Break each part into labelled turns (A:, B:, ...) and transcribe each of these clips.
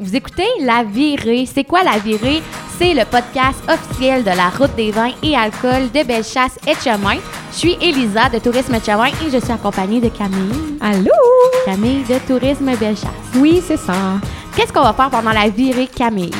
A: Vous écoutez La Virée. C'est quoi La Virée? C'est le podcast officiel de la route des vins et alcool de Bellechasse et de Chemin. Je suis Elisa de Tourisme Chemin et je suis accompagnée de Camille.
B: Allô?
A: Camille de Tourisme Bellechasse.
B: Oui, c'est ça.
A: Qu'est-ce qu'on va faire pendant la virée, Camille?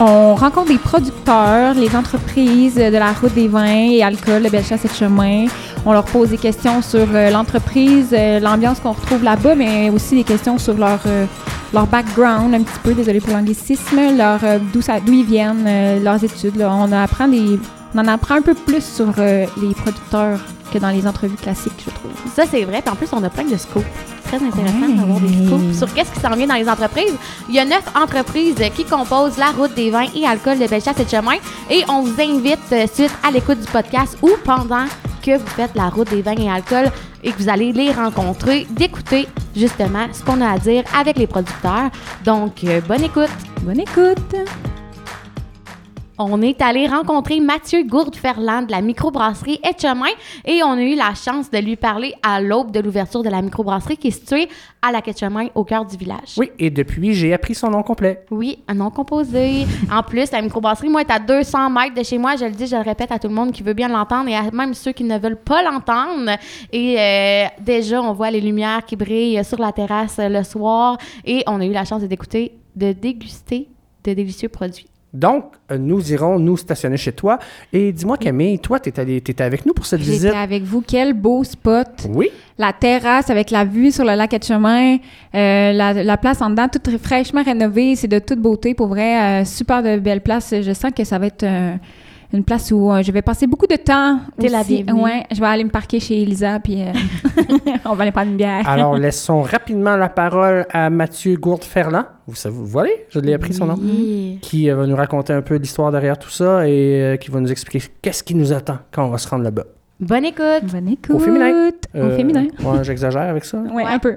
B: On rencontre des producteurs, les entreprises de la route des vins et alcool de Bellechasse et de Chemin. On leur pose des questions sur euh, l'entreprise, euh, l'ambiance qu'on retrouve là-bas, mais aussi des questions sur leur, euh, leur background, un petit peu, désolé pour l'anglicisme, leur, euh, d'où, ça- d'où ils viennent, euh, leurs études. là. On, apprend des, on en apprend un peu plus sur euh, les producteurs que dans les entrevues classiques, je trouve.
A: Ça, c'est vrai. Puis en plus, on a plein de scoops. Très intéressant
B: Ouais.
A: d'avoir des scoops sur qu'est-ce qui s'en vient dans les entreprises. Il y a neuf entreprises euh, qui composent la route des vins et alcool de Bellechasse et de Chemin. Et on vous invite euh, suite à l'écoute du podcast ou pendant que vous faites la route des vins et alcool et que vous allez les rencontrer, d'écouter justement ce qu'on a à dire avec les producteurs. Donc, euh, bonne écoute!
B: Bonne écoute!
A: On est allé rencontrer Mathieu Gourde-Ferland de la microbrasserie Etchemin et on a eu la chance de lui parler à l'aube de l'ouverture de la microbrasserie qui est située à la Ketchemin, au cœur du village.
C: Oui, et depuis, j'ai appris son nom complet.
A: Oui, un nom composé. En plus, la microbrasserie, moi, est à 200 mètres de chez moi. Je le dis, je le répète à tout le monde qui veut bien l'entendre et à même ceux qui ne veulent pas l'entendre. Et euh, déjà, on voit les lumières qui brillent sur la terrasse euh, le soir et on a eu la chance de d'écouter, de déguster de délicieux produits.
C: Donc, euh, nous irons nous stationner chez toi. Et dis-moi, Camille, toi, t'es allé- t'étais avec nous pour cette
B: J'étais
C: visite?
B: avec vous, quel beau spot!
C: Oui.
B: la terrasse avec la vue sur le lac Etchemin, euh, la, la place en dedans, toute ré- fraîchement rénovée, c'est de toute beauté pour vrai. euh, super de belle place. Je sens que ça va être euh, une place où euh, je vais passer beaucoup de temps.
A: T'es la
B: aussi.
A: bienvenue.
B: Ouais, je vais aller me parquer chez Elisa, puis euh, on va aller prendre une bière.
C: Alors, laissons rapidement la parole à Mathieu Gourde-Ferland. Vous savez, vous voilà, je l'ai appris son nom. Qui euh, va nous raconter un peu l'histoire derrière tout ça et euh, qui va nous expliquer qu'est-ce qui nous attend quand on va se rendre là-bas.
A: Bonne écoute!
B: Bonne écoute.
C: féminin.
B: Au
C: Euh,
B: féminin.
C: Ouais, j'exagère avec ça.
B: Ouais, un peu.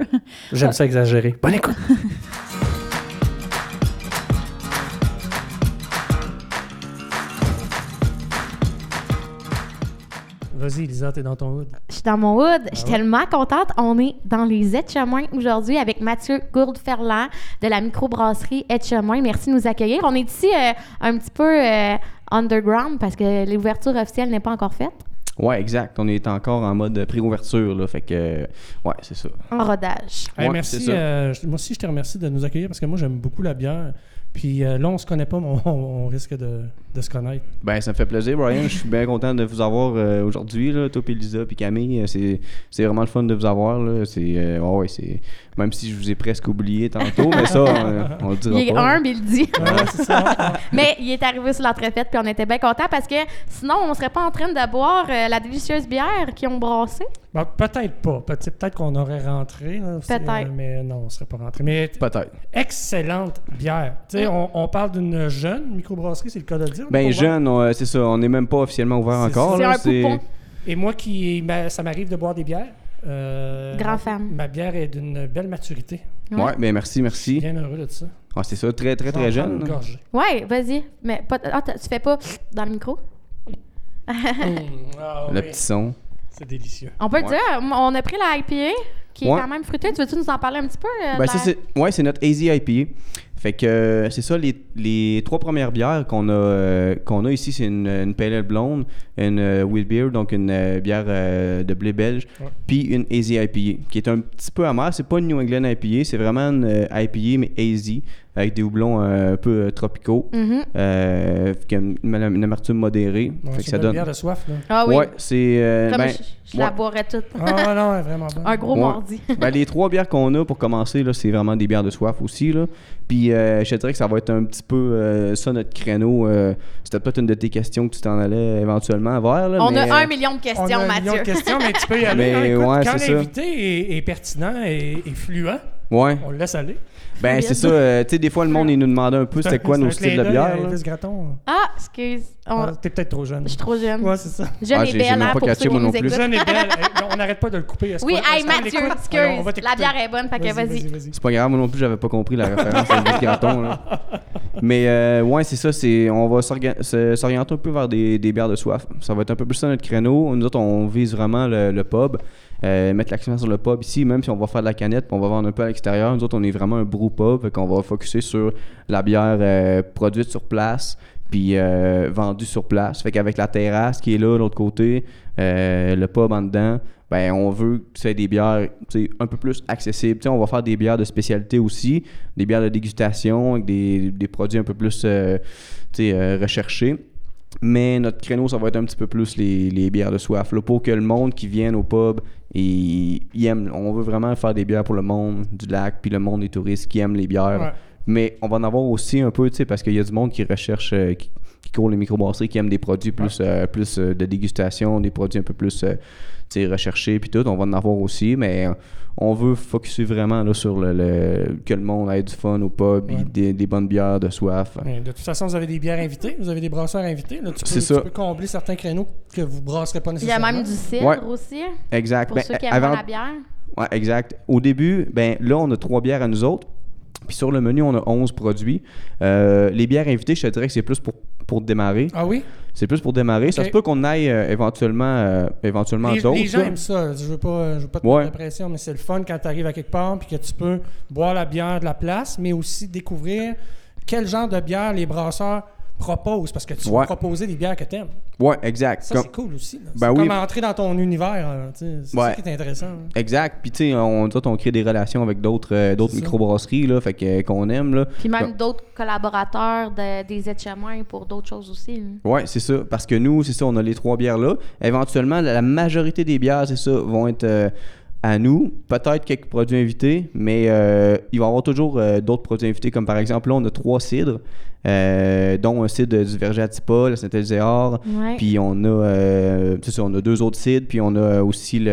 C: J'aime ça exagérer. Bonne écoute.
D: Vas-y, Lisa, t'es dans ton hood.
A: Je suis dans mon hood. Je suis
D: Ah ouais.
A: tellement contente. On est dans les Etchemins aujourd'hui avec Mathieu Gourde-Ferland de la microbrasserie Etchemin. Merci de nous accueillir. On est ici euh, un petit peu euh, underground parce que l'ouverture officielle n'est pas encore faite.
E: Ouais, exact. On est encore en mode pré-ouverture, là. Fait que, euh, ouais, c'est ça.
A: En rodage.
D: Hey,
E: Ouais,
D: merci.
E: c'est ça.
D: euh, je- moi aussi, je te remercie de nous accueillir parce que moi, j'aime beaucoup la bière. Puis euh, là, on se connaît pas, mais on, on risque de, de se connaître.
E: Ben, ça me fait plaisir, Brian. Je suis bien content de vous avoir euh, aujourd'hui, là. Toi, puis Lisa, puis Camille. Euh, C'est, c'est vraiment le fun de vous avoir, là. C'est, euh, ouais, ouais, c'est. Même si je vous ai presque oublié tantôt, mais ça, on, on le dira
A: Il est
E: pas.
A: humble, il le dit.
E: Ah,
D: Ouais, c'est ça.
A: Mais il est arrivé sur l'entrefaite puis on était bien contents parce que sinon, on serait pas en train de boire euh, la délicieuse bière qu'ils ont brassée.
D: Bon, Ben, peut-être pas. Peut- tu sais, Peut-être qu'on aurait rentré. là, c'est-
A: Peut-être.
D: euh, mais non, on serait pas rentré. Mais t-
E: Peut-être.
D: excellente bière. Tu sais, on, on parle d'une jeune microbrasserie, c'est le cas de le dire.
E: Ben,
D: pour voir.
E: jeune, on, euh, c'est ça. On n'est même pas officiellement ouvert
D: C'est-
E: encore,
A: c'est
E: Oh là.
A: un poupon.
D: Et moi, qui ma- ça m'arrive de boire des bières. euh,
A: Grand fan.
D: Ma bière est d'une belle maturité.
A: Ouais.
E: Ouais, ben, merci, merci.
D: Bien heureux de ça.
E: Ah, c'est ça, très, très,
D: Je vais
E: très
D: en prendre
E: jeune. hein.
D: une
E: là.
D: gorgée.
A: Ouais, vas-y. Mais pas, ah, t'as- tu fais pas dans le micro?
D: Ah,
E: Le
D: oui,
E: petit son.
D: C'est délicieux.
A: On peut le
E: Ouais.
A: dire, m- on a pris la IPA, qui
E: Ouais.
A: est quand même fruitée. Tu veux-tu nous en parler un petit peu? euh,
E: Ben,
A: de
E: ça,
A: la-
E: c'est, ouais, c'est notre Easy IPA. Fait que euh, c'est ça, les, les trois premières bières qu'on a, euh, qu'on a ici, c'est une, une Pale Ale blonde, une euh, Wheat Beer, donc une euh, bière euh, de blé belge,
D: Ouais.
E: puis une Easy IPA, qui est un petit peu amère. C'est pas une New England IPA, c'est vraiment une euh, IPA, mais Easy, avec des houblons euh, un peu euh, tropicaux,
A: Mhm.
E: euh, qui a une, une amertume modérée.
D: Ouais,
E: Fait que
D: c'est
E: ça
D: une belle
E: donne...
D: bière de soif, là.
A: Ah oui,
E: Ouais, c'est... euh,
A: comme
E: ben,
A: je, je la
E: ouais.
A: boirais toute.
D: Ah non, elle est vraiment bonne.
A: Un gros
E: Ouais.
A: mardi.
E: Ben, les trois bières qu'on a pour commencer, là, c'est vraiment des bières de soif aussi. Là. Puis euh, je te dirais que ça va être un petit peu euh, ça notre créneau. euh, C'était peut-être une de tes questions que tu t'en allais éventuellement vers. là,
A: On
E: mais,
A: a un
E: euh,
A: million de
D: On a
A: questions,
D: un million
A: Mathieu.
D: de questions, mais tu peux y aller.
E: Mais
D: hein. Écoute,
E: ouais,
D: quand
E: c'est ça.
D: l'invité est, est pertinent et, et fluent,
E: Ouais.
D: on le laisse aller.
E: Ben, c'est ça. euh, tu sais, des fois, le monde, il nous demandait un peu c'était quoi
D: C'est
E: nos
D: un
E: styles de
D: clin d'œil hein. à
E: bière. là.
D: Elvis Gratton.
A: Ah, excuse. On-
D: Ah, T'es peut-être trop jeune.
A: Je suis trop jeune.
D: Ouais, c'est ça.
A: Jeune
E: Ah,
A: et
E: j'ai- j'ai
A: belle,
E: même
A: hein,
E: pas
A: pour ceux
E: catché,
A: qui
E: moi
A: nous
E: non plus.
A: écoutent.
D: Jeune et belle. Eh, on n'arrête pas de le couper. est-ce
A: Oui,
D: qu'on-
A: hey,
D: est-ce qu'on
A: Mathieu,
D: l'écoute? Alors, on va
A: excuse. La
D: t'écouter.
A: bière est bonne, fait que vas-y.
E: C'est pas grave, moi non plus, j'avais pas compris la référence à Elvis Gratton. là. Mais euh, ouais, c'est ça, c'est on va s'orga- se- s'orienter un peu vers des, des bières de soif. Ça va être un peu plus ça notre créneau. Nous autres, on vise vraiment le, le pub euh, mettre l'accent sur le pub ici, même si on va faire de la canette, puis on va vendre un peu à l'extérieur. Nous autres, on est vraiment un brew pub, fait qu'on va focuser sur la bière euh, produite sur place, puis euh, vendue sur place. Fait qu'avec la terrasse qui est là, de l'autre côté, euh, le pub en dedans, ben on veut que c'est des bières tu sais, un peu plus accessibles. Tu sais, on va faire des bières de spécialité aussi, des bières de dégustation, avec des, des produits un peu plus euh, tu sais, euh, recherchés. Mais notre créneau, ça va être un petit peu plus les, les bières de soif. là, pour que le monde qui vienne au pub, et il aime. On veut vraiment faire des bières pour le monde du lac, puis le monde des touristes qui aiment les bières.
D: Ouais.
E: Mais on va en avoir aussi un peu, tu sais, parce qu'il y a du monde qui recherche, euh, qui, qui court les microbrasseries, qui aiment des produits plus, euh, plus euh, de dégustation, des produits un peu plus euh, tu sais, recherchés, puis tout. On va en avoir aussi, mais euh, on veut focuser vraiment là, sur le, le- que le monde ait du fun au pub, puis
D: Ouais.
E: des, des bonnes bières de soif.
D: Mais Ben, de toute façon, vous avez des bières invitées, vous avez des brasseurs invités. Là, tu, peux,
E: C'est ça.
D: tu peux combler certains créneaux que vous brasserez pas
A: Il y a
D: nécessairement.
A: même du cidre
E: Ouais.
A: aussi, hein,
E: Exact.
A: pour
E: Ben,
A: ceux qui aiment
E: avant,
A: la bière.
E: Ouais, exact. Au début, ben là, on a trois bières à nous autres. Puis sur le menu, on a 11 produits. Euh, les bières invitées, je te dirais que c'est plus pour, pour démarrer.
D: Ah oui?
E: C'est plus pour démarrer. Ça
D: Ok.
E: se peut qu'on aille euh, éventuellement, euh, éventuellement
D: Les,
E: d'autres.
D: les gens
E: là.
D: aiment ça. Je veux pas, je veux pas te
E: Ouais.
D: mettre la pression, mais c'est le fun quand tu arrives à quelque part puis que tu peux boire la bière de la place, mais aussi découvrir quel genre de bière les brasseurs proposent parce que tu
E: Ouais.
D: peux proposer des bières que t'aimes.
E: Ouais, exact.
D: Ça,
E: Comme-
D: c'est cool aussi. là.
E: Ben
D: c'est
E: oui.
D: comme entrer dans ton univers. hein, tu sais. c'est
E: Ouais.
D: ça qui est intéressant. hein.
E: Exact. Puis, tu sais, on, nous autres, on crée des relations avec d'autres euh, d'autres
D: C'est ça.
E: microbrasseries, là, fait que, euh, qu'on aime, là.
A: Puis même
E: Bon.
A: d'autres collaborateurs de- des Etchemins pour d'autres choses aussi. là.
E: Ouais, c'est ça. Parce que nous, c'est ça, on a les trois bières là. Éventuellement, la, la majorité des bières, c'est ça, vont être euh, à nous. Peut-être quelques produits invités, mais euh, il va y avoir toujours euh, d'autres produits invités. Comme par exemple, là, on a trois cidres, euh, dont un cidre du Verger Atipa, la Saint-Elzéar.
A: Ouais.
E: Puis on a, euh, c'est ça, on a deux autres cidres. Puis on a aussi le,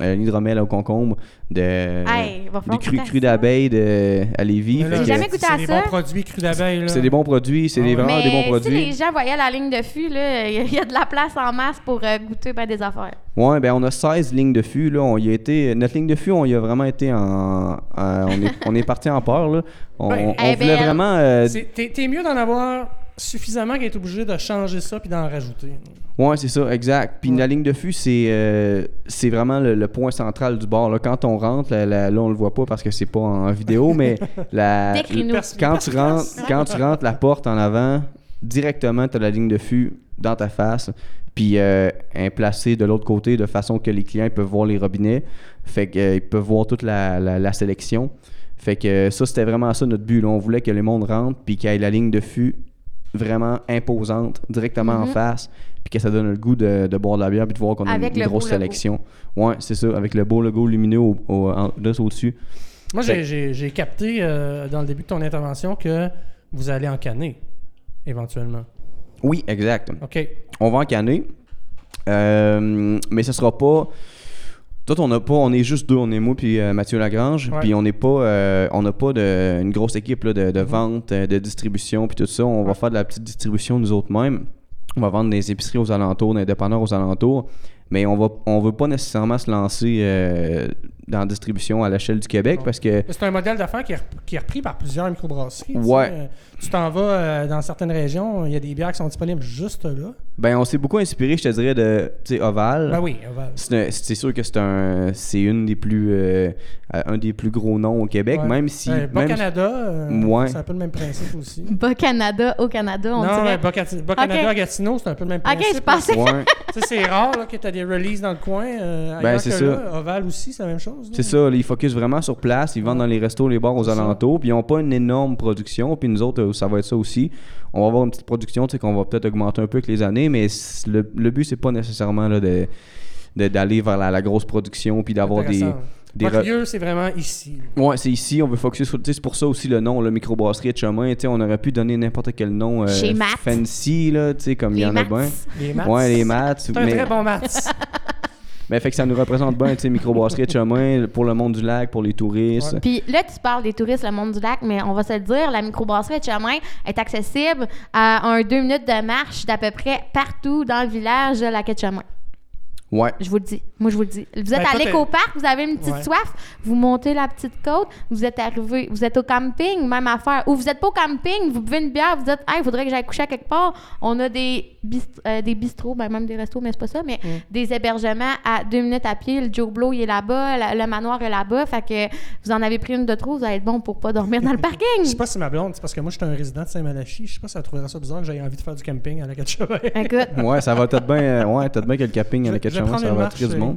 E: euh, l'hydromel au concombre de,
A: Hey, va falloir
E: des cru,
A: goûter à
E: cru
A: ça.
E: d'abeille de, à Lévis.
D: Mais
E: Fait
D: là,
E: que
A: J'ai jamais goûté à
D: C'est des
A: ça.
D: bons produits crus d'abeille. là.
E: c'est des bons produits, c'est
D: Ah
E: des,
D: ouais.
E: vraiment des bons
A: Mais si
E: produits.
A: les gens voyaient la ligne de fût, là, il y a- il y a de la place en masse pour euh, goûter ben des affaires.
E: Ouais, ben on a 16 lignes de fût. Là. On y a été, notre ligne de fût, on y a vraiment été en. en- on, est, on est parti en peur. Là. On,
D: Ben,
E: on- on
A: eh ben,
E: voulait vraiment. euh,
D: C'est- T'es t'es mieux d'en avoir suffisamment qu'être obligé de changer ça puis d'en rajouter.
E: ouais, c'est ça, exact. Puis la ligne de fût, c'est euh, c'est vraiment le, le point central du bar. Là. Quand on rentre, là, là, là, on le voit pas parce que c'est pas en vidéo, mais la,
A: Décris-nous.
E: quand tu rentres, quand tu rentres la porte en avant, directement, tu as la ligne de fût dans ta face, puis euh, elle est placée de l'autre côté de façon que les clients ils peuvent voir les robinets, fait qu'ils peuvent voir toute la, la- la sélection. Fait que euh, ça, c'était vraiment ça notre but. là. On voulait que le monde rentre, puis qu'il y ait la ligne de fût vraiment imposante, directement
A: Mhm.
E: en face, puis que ça donne le goût de, de boire de la bière, puis de voir qu'on a une,
A: Avec
E: une
A: le
E: grosse
A: beau logo.
E: sélection. Ouais, c'est ça, avec le beau logo lumineux au, au- en- juste au-dessus.
D: Moi, j'ai-
E: Fait-
D: j'ai j'ai capté euh, dans le début de ton intervention que vous allez en canner, éventuellement.
E: Oui, exact.
D: OK.
E: On va en canner. Euh, mais ce sera pas. Toi, on n'a pas. On est juste deux, on est moi puis euh, Mathieu Lagrange.
D: Ouais.
E: Puis on n'est pas. euh, on n'a pas de, une grosse équipe là, de, de vente, euh, de distribution, puis tout ça. On va faire de la petite distribution nous autres mêmes. On va vendre des épiceries aux alentours, des dépanneurs aux alentours. Mais on va on veut pas nécessairement se lancer euh, dans la distribution à l'échelle du Québec parce que.
D: C'est un modèle d'affaires qui, est rep- qui est repris par plusieurs microbrasseries. tu sais.
E: Ouais.
D: Euh, Tu t'en vas euh, dans certaines régions, il y a des bières qui sont disponibles juste là.
E: Ben, on s'est beaucoup inspiré, je te dirais, de tu sais, Oval.
D: Ben oui, on va-
E: C'est un- c'est sûr que c'est un, c'est une des plus, euh, euh, un des plus gros noms au Québec,
D: ouais.
E: même si,
D: Euh,
E: même si-
D: Bas-Canada, euh,
E: Ouais.
D: c'est un peu le même principe aussi.
A: Bas-Canada au Canada, on
D: non,
A: dirait.
D: mais Bas-Cati- Bas-Canada
A: Ok.
D: à Gatineau, c'est un peu le même
A: OK,
D: principe.
A: je pensais...
E: Ouais,
D: Tu sais, c'est rare là, que tu as des releases dans le coin. euh,
E: Ben,
D: ailleurs
E: c'est
D: que
E: ça.
D: là. Oval aussi, c'est la même chose. là.
E: c'est ça. Ils focus vraiment sur place. Ils vendent dans les restos, les bars aux
D: C'est ça.
E: alentours. Puis ils n'ont pas une énorme production. Puis nous autres, euh, ça va être ça aussi. On va avoir une petite production, tu sais, qu'on va peut-être augmenter un peu avec les années. Mais c'est- le, le but, c'est pas nécessairement là, de- de- d'aller vers la, la grosse production puis d'avoir des,
D: Intéressant.
E: des
D: Votre
E: re-
D: lieu, c'est vraiment ici. là.
E: Ouais, c'est ici, on veut focuser sur. tu sais, C'est pour ça aussi le nom, le microbrasserie de chemin. tu sais, On aurait pu donner n'importe quel nom euh,
A: Chez Matt.
E: fancy, là, tu sais, comme il y
A: Les
E: en a
A: maths.
E: bien.
D: Les maths.
E: Ouais, les maths.
D: C'est un
E: Mais,
D: très bon maths.
E: mais fait que ça nous représente bien, tu sais, microbrasserie de chemin pour le monde du lac, pour les touristes.
A: Puis là, tu parles des touristes, le monde du lac, mais on va se le dire, la microbrasserie de chemin est accessible à un deux minutes de marche d'à peu près partout dans le village de la Quête-Chemin.
E: Ouais.
A: Je vous le dis. Moi, je vous le dis. Vous êtes
D: Ben,
A: allé
D: toi,
A: qu'au parc, vous avez une petite
D: Ouais.
A: soif, vous montez la petite côte, vous êtes arrivé, vous êtes au camping, même affaire. Ou vous êtes pas au camping, vous buvez une bière, vous dites, hey, faudrait que j'aille coucher à quelque part. On a des, bist- euh, des bistrots, ben, même des restos, mais c'est pas ça, mais
D: Mm.
A: des hébergements à deux minutes à pied. Le Joe Blow, il est là-bas, la- le manoir est là-bas. Fait que vous en avez pris une de trop, vous allez être bon pour pas dormir dans le
D: Je sais
A: parking.
D: pas si ma blonde, c'est parce que moi, j'étais un résident de Saint-Malachie. Je sais pas si elle trouverait ça bizarre que j'aie envie de faire du camping à la Gatchevin.
A: Écoute,
E: Ouais, ça va peut-être bien. euh, Ouais, peut-être bien que le capping
D: Je-
E: avec
D: je vais
E: Ketchup,
D: prendre
E: ça
D: une
E: va
D: marche,
E: attirer du
D: euh,
E: monde.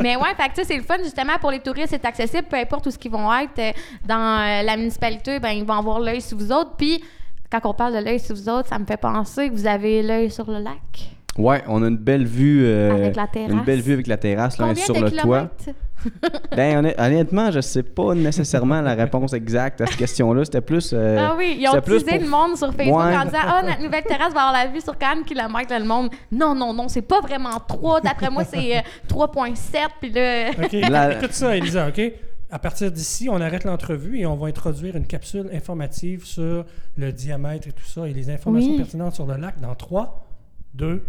A: Mais ouais, fait que ça, c'est le fun justement pour les touristes, c'est accessible, peu importe où ce qu'ils vont être euh, dans euh, la municipalité, ben ils vont avoir l'œil sur vous autres. Puis quand on parle de l'œil sur vous autres, ça me fait penser que vous avez l'œil sur le lac.
E: Ouais, on a une belle vue. euh,
A: Avec la terrasse.
E: Une belle vue avec la terrasse, là,
A: Combien
E: sur
A: de
E: le toit.
A: kilomètres
E: Ben, honnêt- honnêtement, je sais pas nécessairement la réponse exacte à cette question-là. C'était plus. euh,
A: Ah oui, ils ont
E: c'était plus
A: teasé
E: pour-
A: le monde sur Facebook
E: Ouais.
A: en disant ah notre nouvelle terrasse va avoir la vue sur 40 km le monde. Non non non, c'est pas vraiment 3, d'après moi c'est euh, 3.7 puis là
D: OK.
E: La-
D: Écoute ça, Elisa, OK? À partir d'ici, on arrête l'entrevue et on va introduire une capsule informative sur le diamètre et tout ça et les informations
A: Oui.
D: pertinentes sur le lac dans 3, 2,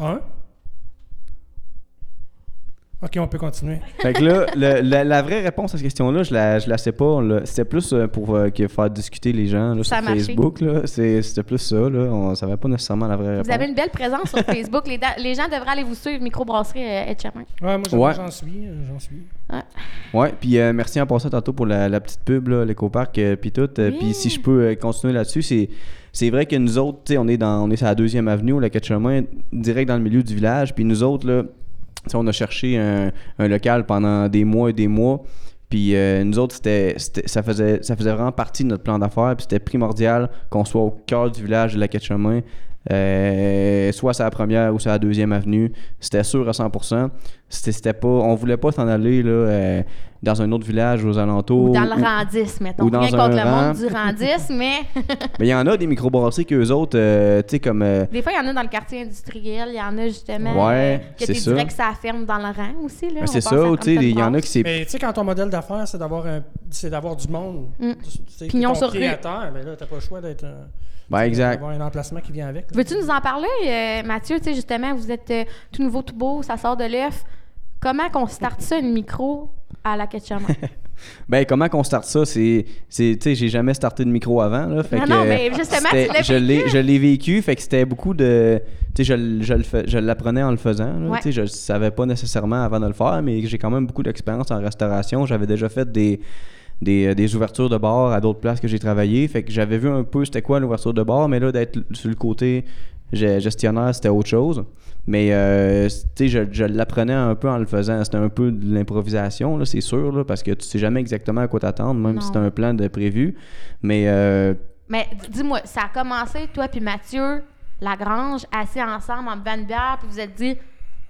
D: 1. OK, on peut continuer.
E: Fait que là, le- la, la vraie réponse à cette question-là, je la, je la sais pas. on l'a- C'était plus euh, pour euh, que faire discuter les gens là,
A: Ça
E: sur
A: a marché.
E: Facebook. là. C'est- C'était plus ça. Là. On savait pas nécessairement la vraie réponse.
A: vous avez une belle présence sur Facebook, les, da- les gens devraient aller vous suivre microbrasserie euh, Etchemin.
D: Ouais, moi, j'en-
E: Ouais.
D: j'en suis. euh, J'en suis.
E: Ouais, puis euh, merci en passant tantôt pour la, la petite pub, là, l'éco-parc, euh, puis tout. Euh,
A: Oui.
E: Puis si je peux euh, continuer là-dessus, c'est, c'est vrai que nous autres, tu sais, on est dans on est sur la deuxième avenue, la chemin direct dans le milieu du village. Puis nous autres, là, tu sais, on a cherché un, un local pendant des mois et des mois. Puis euh, nous autres, c'était, c'était- ça, faisait, ça faisait vraiment partie de notre plan d'affaires. Puis c'était primordial qu'on soit au cœur du village de la Quête-Chemin, euh, soit sur la première ou sur la deuxième avenue. C'était sûr à 100%. C'était, c'était pas, on voulait pas s'en aller là, euh, dans un autre village aux alentours.
A: Ou dans le
E: ou-
A: rang 10, mettons.
E: ou dans
A: Rien
E: un
A: contre le
E: rang.
A: monde du rang 10, mais
E: Mais il y en a des microbrasseries qu'eux autres, euh, tu sais, comme. euh,
A: des fois, il y en a dans le quartier industriel, il y en a justement
E: Ouais,
A: euh, que
E: c'est
A: tu
E: ça.
A: dirais que ça ferme dans le rang aussi. Là,
E: ben,
A: On
E: c'est
A: pense
E: ça,
A: à
E: tu sais, il y en
A: Compton
E: a qui c'est.
D: Mais tu sais, quand ton modèle d'affaires, c'est d'avoir un, c'est d'avoir du monde,
A: Mm.
D: tu sais,
A: Pignon
D: ton
A: sur
D: pied
A: rue.
D: à terre, mais là, t'as pas le choix d'être. un-
E: Ben, exact.
D: D'avoir un emplacement qui vient avec. là.
A: Veux-tu nous en parler, euh, Mathieu? Tu sais, justement, vous êtes euh, tout nouveau, tout beau, ça sort de l'œuf. Comment qu'on starte ça, une micro à la Ketchup?
E: Ben, comment qu'on starte ça? C'est, c'est- tu sais, j'ai jamais starté de micro avant, là. Fait
A: Non,
E: que,
A: non, mais justement, tu
E: c'était-
A: l'as
E: je l'ai, je l'ai vécu, fait que c'était beaucoup de... Tu sais, je, l- je le fais- je l'apprenais en le faisant, là.
A: Ouais.
E: Tu sais, je le savais pas nécessairement avant de le faire, mais j'ai quand même beaucoup d'expérience en restauration. J'avais déjà fait des... Des, euh, des ouvertures de bar à d'autres places que j'ai travaillé. Fait que j'avais vu un peu c'était quoi l'ouverture de bar, mais là, d'être l- sur le côté ge- gestionnaire, c'était autre chose. Mais euh, c- tu sais, je, je l'apprenais un peu en le faisant. C'était un peu de l'improvisation, là, c'est sûr, là, parce que tu sais jamais exactement à quoi t'attendre, même
A: Non.
E: si t'as un plan de prévu. Mais euh,
A: Mais d- dis-moi, ça a commencé, toi puis Mathieu, Lagrange, assis ensemble en buvant une bière, puis vous êtes dit,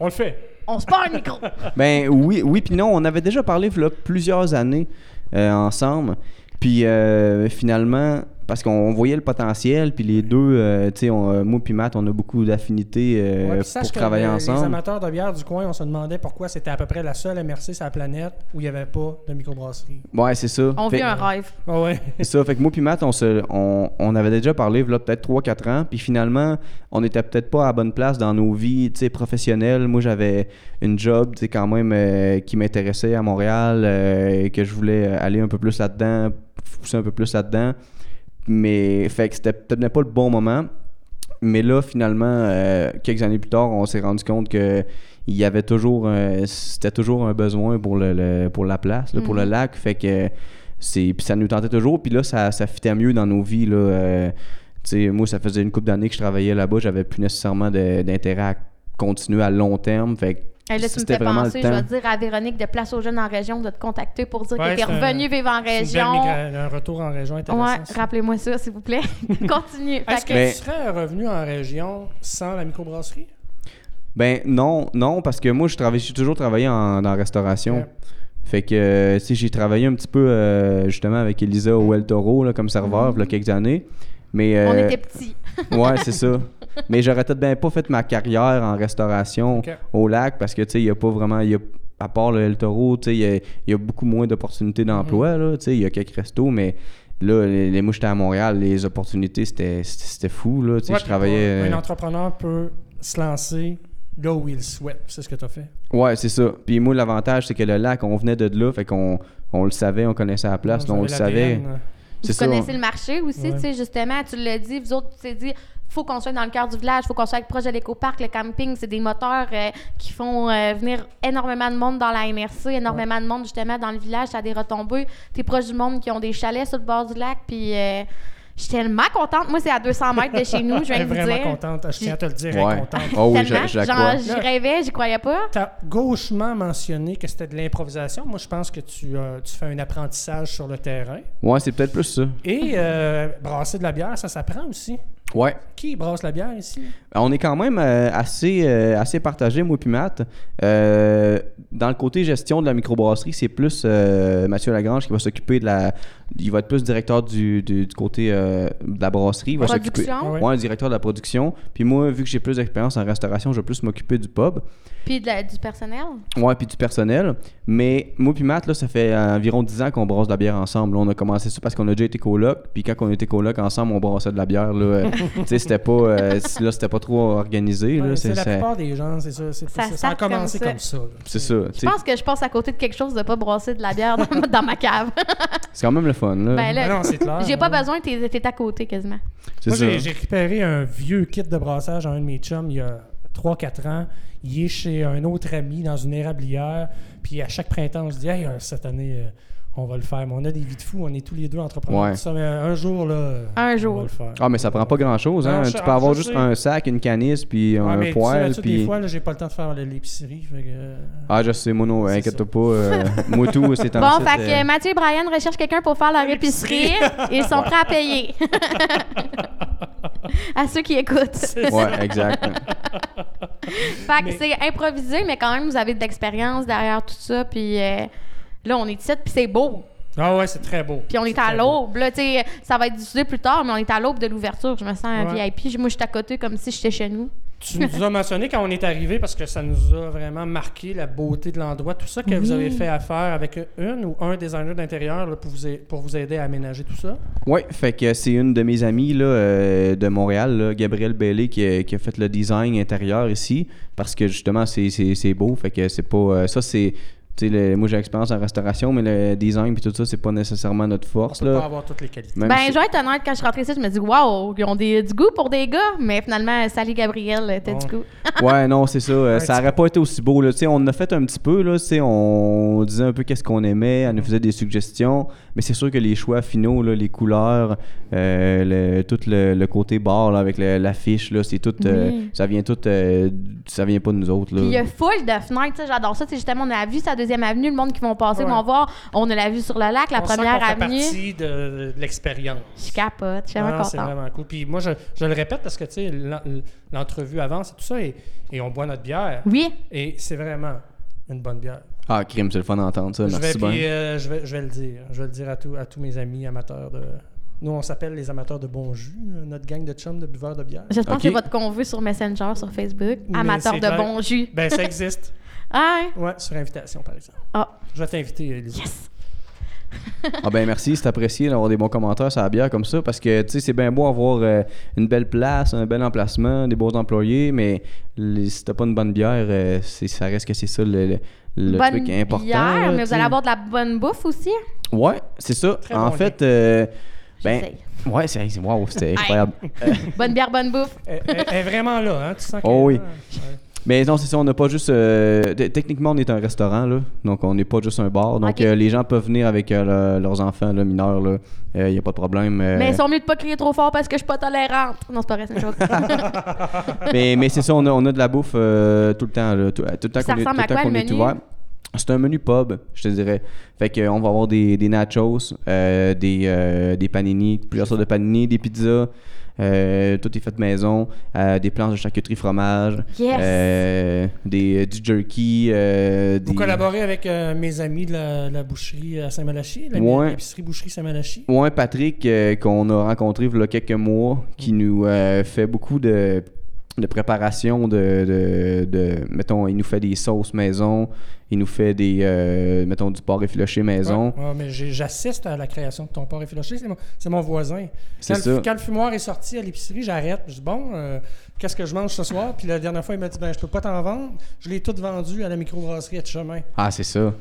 D: On le fait.
A: on se part un micro.
E: Ben oui, oui, puis non, on avait déjà parlé là, plusieurs années euh, ensemble. Puis euh, finalement, parce qu'on on voyait le potentiel, puis les deux, euh, tu sais, on- euh, moi puis Matt, on a beaucoup d'affinités euh,
D: Ouais, puis sache
E: pour
D: que
E: travailler
D: le- Les
E: ensemble.
D: amateurs de bière du coin, on se demandait pourquoi c'était à peu près la seule MRC sur la planète où il n'y avait pas de microbrasserie.
E: Ouais, c'est ça.
A: On
E: Fait-
A: vit un rêve.
D: Ah ouais.
E: C'est ça, fait que moi puis Matt, on, se, on, on avait déjà parlé là, peut-être 3-4 ans, puis finalement, on n'était peut-être pas à la bonne place dans nos vies tu sais, professionnelles. Moi, j'avais une job tu sais, quand même euh, qui m'intéressait à Montréal euh, et que je voulais euh, aller un peu plus là-dedans, pousser un peu plus là-dedans. Mais fait que c'était peut-être pas le bon moment. Mais là, finalement, euh, quelques années plus tard, on s'est rendu compte que il y avait toujours un- c'était toujours un besoin pour le, le- pour la place, là, pour le lac. Fait que c'est puis ça nous tentait toujours. Puis là, ça, ça fitait mieux dans nos vies. Là, euh, tu sais, moi, ça faisait une couple d'années que je travaillais là-bas. J'avais plus nécessairement de- d'intérêt à continuer à long terme. Fait que
A: Hey, là, tu me
E: c'était
A: fais
E: vraiment
A: penser,
E: le
A: je
E: temps.
A: vais dire à Véronique de Place aux Jeunes en région de te contacter pour dire
D: Ouais,
A: qu'elle est
D: c'est un-
A: revenue vivre en
D: C'est une belle
A: région.
D: migra- un retour en région intéressant.
A: Ouais,
D: ça.
A: rappelez-moi ça, s'il vous plaît. Continue. Fait
D: Est-ce que
E: Mais-
D: tu serais revenu en région sans la microbrasserie?
E: Ben non, non, parce que moi, je travaille, j'ai toujours travaillé en, dans la restauration.
D: Ouais.
E: Fait que, euh, tu sais, j'ai travaillé un petit peu euh, justement avec Elisa au El Toro là, comme serveur, il y a quelques années. Mais,
A: Mm-hmm. On
E: euh,
A: était petits.
E: ouais, c'est ça. Mais j'aurais peut-être bien pas fait ma carrière en restauration
D: Ok.
E: au lac parce que, tu sais, il n'y a pas vraiment. il Y a, à part le El Toro, tu sais, il y, a- il y a beaucoup moins d'opportunités d'emploi, là. Tu sais, il y a quelques restos, mais là, les, les- moi, j'étais à Montréal, les opportunités, c'était c'était- c'était fou, là. Tu sais,
D: Ouais,
E: je euh,
D: puis
E: travaillais.
D: Un un entrepreneur peut se lancer là où ils souhaitent. C'est ce que tu as fait.
E: euh, Ouais, c'est ça. Puis moi, l'avantage, c'est que le lac, on venait de là, fait qu'on on le savait, on connaissait la place, donc on le savait.
A: Vous
E: C'est ça.
A: connaissez le marché aussi,
D: Ouais.
A: tu sais, justement, tu l'as dit, vous autres, tu t'es dit, faut qu'on soit dans le cœur du village, faut qu'on soit proche de l'éco-parc, le camping, c'est des moteurs euh, qui font euh, venir énormément de monde dans la MRC, énormément de monde justement dans le village, ça a des retombées, t'es proche du monde qui ont des chalets sur le bord du lac, puis euh, je suis tellement contente, moi c'est à 200 mètres de chez nous, je
D: Je
A: viens
D: suis
A: de vous
D: vraiment
A: dire.
D: contente. Je tiens à te le dire, elle est
E: Ouais.
D: contente.
E: Oh oui, je,
A: Tellement,
E: je la
A: genre,
E: crois.
A: j'y rêvais, j'y croyais pas.
D: Tu as gauchement mentionné que c'était de l'improvisation. Moi, je pense que tu, euh, tu fais un apprentissage sur le terrain.
E: Ouais, c'est peut-être plus ça.
D: Et euh, brasser de la bière, ça s'apprend aussi.
E: Ouais.
D: Qui brasse la bière ici?
E: On est quand même euh, assez, euh, assez partagé, moi puis Matt. Euh, dans le côté gestion de la microbrasserie, c'est plus euh, Mathieu Lagrange qui va s'occuper de la. Il va être plus directeur du, du- du côté euh, de la brasserie. Il va s'occuper.
A: Production,
D: Ouais.
E: Ouais, le directeur de la production. Puis moi, vu que j'ai plus d'expérience en restauration, je vais plus m'occuper du pub.
A: puis de la- du personnel.
E: Ouais, puis du personnel. Mais moi puis Matt, là, ça fait euh, environ 10 ans qu'on brasse de la bière ensemble. là. on a commencé ça parce qu'on a déjà été coloc. Puis quand on était coloc ensemble, on brassait de la bière. Là, euh, tu sais, c'était pas, euh, c- là, c'était pas trop organisé. là.
D: Ouais,
E: c'est,
D: c'est la
E: c'est-
D: plupart des gens, c'est ça. c'est-
A: Ça
D: c'est- Ça a
A: starte comme
D: commencé
A: ça.
D: comme ça. là.
E: c'est ça. tu
A: Je
E: sais.
A: pense que je passe à côté de quelque chose de pas brasser de la bière dans, dans ma cave.
E: Euh. C'est quand même le fun. Là.
A: Ben là,
D: Ah non, c'est clair.
A: J'ai pas
D: ouais.
A: besoin, t'es t'es à côté quasiment.
E: c'est
D: Moi,
E: ça.
D: j'ai j'ai récupéré un vieux kit de brassage à un de mes chums il y a 3-4 ans. Il est chez un autre ami dans une érablière. Puis à chaque printemps, on se dit Hey, euh, cette année, euh, on va le faire. Mais on a des vies de fous, on est tous les deux entrepreneurs.
E: Ouais.
D: tout ça, mais euh, un jour, là, euh,
A: Un
D: on va
A: jour.
D: le faire.
E: Ah, mais ça prend pas grand chose. Hein.
D: Non, je-
E: tu peux
D: ah,
E: avoir
D: je
E: juste
D: sais.
E: un sac, une canisse, puis
D: Ouais,
E: un
D: mais tu sais,
E: poêle.
D: là-dessus,
E: puis...
D: Des fois, là, j'ai pas le temps de faire l'épicerie. fait que, euh,
E: Ah, je sais, moi, non,
D: C'est
E: inquiète-toi pas. euh, moi, tout, c'est en
A: Bon,
E: fait,
A: fait
E: euh,
A: que Mathieu et Brian recherchent quelqu'un pour faire leur épicerie. Ils sont prêts à payer. à ceux qui écoutent. Fait
E: Ouais, exact.
A: que c'est improvisé, mais quand même, vous avez de l'expérience derrière tout ça. Puis euh, là, on est ici, puis c'est beau.
D: Ah ouais, c'est très beau.
A: Puis on est,
D: C'est
A: à
D: très beau.
A: l'aube. Là, tu sais, ça va être diffusé plus tard, mais on est à l'aube de l'ouverture. Je me sens
D: Ouais.
A: VIP. Moi, je suis à côté comme si j'étais chez nous.
D: Tu nous as mentionné quand on est arrivé parce que ça nous a vraiment marqué la beauté de l'endroit. Tout ça que vous avez fait affaire avec une ou un designer d'intérieur là, pour, vous a- pour vous aider à aménager tout ça.
E: Ouais, fait que c'est une de mes amies là, euh, de Montréal, là, Gabrielle Bellé, qui a, qui a fait le design intérieur ici, parce que justement, c'est- c'est c'est beau. Fait que c'est pas. euh, ça, c'est. tu sais, le- moi, j'ai l'expérience en restauration, mais le design puis tout ça, c'est pas nécessairement notre force.
D: On peut pas
E: Là.
D: avoir toutes les qualités.
E: Même
A: ben,
E: si-
A: je vais être honnête, quand je suis rentrée ici, je me dis, waouh, ils ont des, du goût pour des gars. Mais finalement, salut Gabriel, t'as
D: Bon.
A: du goût.
E: Ouais, non, c'est ça. euh, ça
D: petit
E: aurait pas été aussi beau. Là. Tu sais, On en a fait un petit peu. Là. Tu sais, On disait un peu qu'est-ce qu'on aimait. Elle nous faisait des suggestions. Mais c'est sûr que les choix finaux, là, les couleurs, euh, le- tout le, le côté bar là, avec le- l'affiche, là, c'est tout. euh,
A: Oui.
E: Ça vient tout. euh, ça vient pas de nous autres. Là.
A: Puis il y a full de fenêtres, tu sais, j'adore ça. Tu sais, justement, on a la vue sur la deuxième avenue, le monde qui vont passer
D: Ouais.
A: vont voir. On a la vue sur le lac, la
D: On sent
A: première
D: qu'on fait
A: avenue.
D: partie de, de l'expérience.
A: Je capote, je suis vraiment
D: Ah, c'est
A: contente.
D: vraiment cool. Puis moi, je, je le répète parce que, tu sais, l'en- l'entrevue avance et tout ça, et, et on boit notre bière.
A: Oui,
D: Et c'est vraiment une bonne bière.
E: Ah, crime, c'est le fun d'entendre ça.
D: je, vais,
E: Merci bien.
D: puis, euh, je, vais, je vais le dire. Je vais le dire à, tout- à tous mes amis amateurs de... Nous, on s'appelle les amateurs de bon jus, euh, notre gang de chums de buveurs de bière.
A: je pense
E: Ok.
A: que c'est votre convoi sur Messenger, sur Facebook.
D: Mais
A: amateur
D: c'est
A: de
D: clair.
A: bon jus.
D: Ben, ça existe.
A: Ah, hein?
D: Ouais, sur invitation, par exemple.
A: Ah.
D: Je vais t'inviter, Elisa.
E: Ah ben merci, c'est apprécié d'avoir des bons commentaires sur la bière comme ça parce que tu sais c'est bien beau avoir euh, une belle place, un bel emplacement, des beaux employés, mais les- si t'as pas une bonne bière, euh, c'est- ça reste que c'est ça le, le- le
A: bonne
E: truc important.
A: bière,
E: là,
A: mais
E: tu
A: vous
E: sais.
A: allez avoir de la bonne bouffe aussi.
E: Ouais, c'est ça.
D: Très
E: en
D: bon
E: fait, euh, ben
A: J'essaye.
E: ouais, c'est wow, c'était incroyable. Euh,
A: Bonne bière, bonne bouffe.
D: Elle, elle- elle est vraiment là, hein? Tu sens
E: Oh
D: qu'elle est
E: oui.
D: là. Ouais.
E: Mais non, c'est ça, on n'a pas juste. euh, t- techniquement, on est un restaurant, là. Donc, on n'est pas juste un bar. Donc,
A: Ok.
E: euh, les gens peuvent venir avec euh, le- leurs enfants, là, mineurs, là. Il n'y a pas de problème. euh,
A: Mais ils sont mieux de pas crier trop fort parce que je suis pas tolérante. Non, c'est pas vrai, c'est une joke.
E: mais, mais c'est ça, on a, on a de la bouffe euh, tout le temps. là, tout, tout le temps
A: Ça
E: qu'on est, tout
A: ressemble à
E: le temps
A: quoi,
E: qu'on
A: le
E: est
A: menu?
E: ouvert. C'est un menu pub, je te dirais. Fait que, euh, on va avoir des, des nachos, euh, des, euh, des panini, plusieurs sortes de panini, des pizzas. euh, tout est fait maison, euh, des planches de charcuterie fromage,
A: Yes.
E: euh, des, du jerky. euh,
D: Vous
E: des-
D: collaborez avec euh, mes amis de la, la boucherie à Saint-Malachie, la-
E: Ouais.
D: l'épicerie boucherie Saint-Malachie.
E: Ouais, Patrick, euh, qu'on a rencontré il y a quelques mois, qui nous euh, fait beaucoup de de préparation de, de, de- mettons il nous fait des sauces maison il nous fait des euh, mettons du porc effiloché maison
D: Ouais, ouais, mais j'ai- j'assiste à la création de ton porc effiloché. C'est mon, c'est mon voisin.
E: C'est
D: Quand le,
E: ça.
D: quand le fumoir est sorti à l'épicerie, j'arrête. Je dis bon, euh, qu'est-ce que je mange ce soir? Puis la dernière fois, il m'a dit ben, je peux pas t'en vendre. Je l'ai tout vendu à la microbrasserie de chemin.
E: ah c'est ça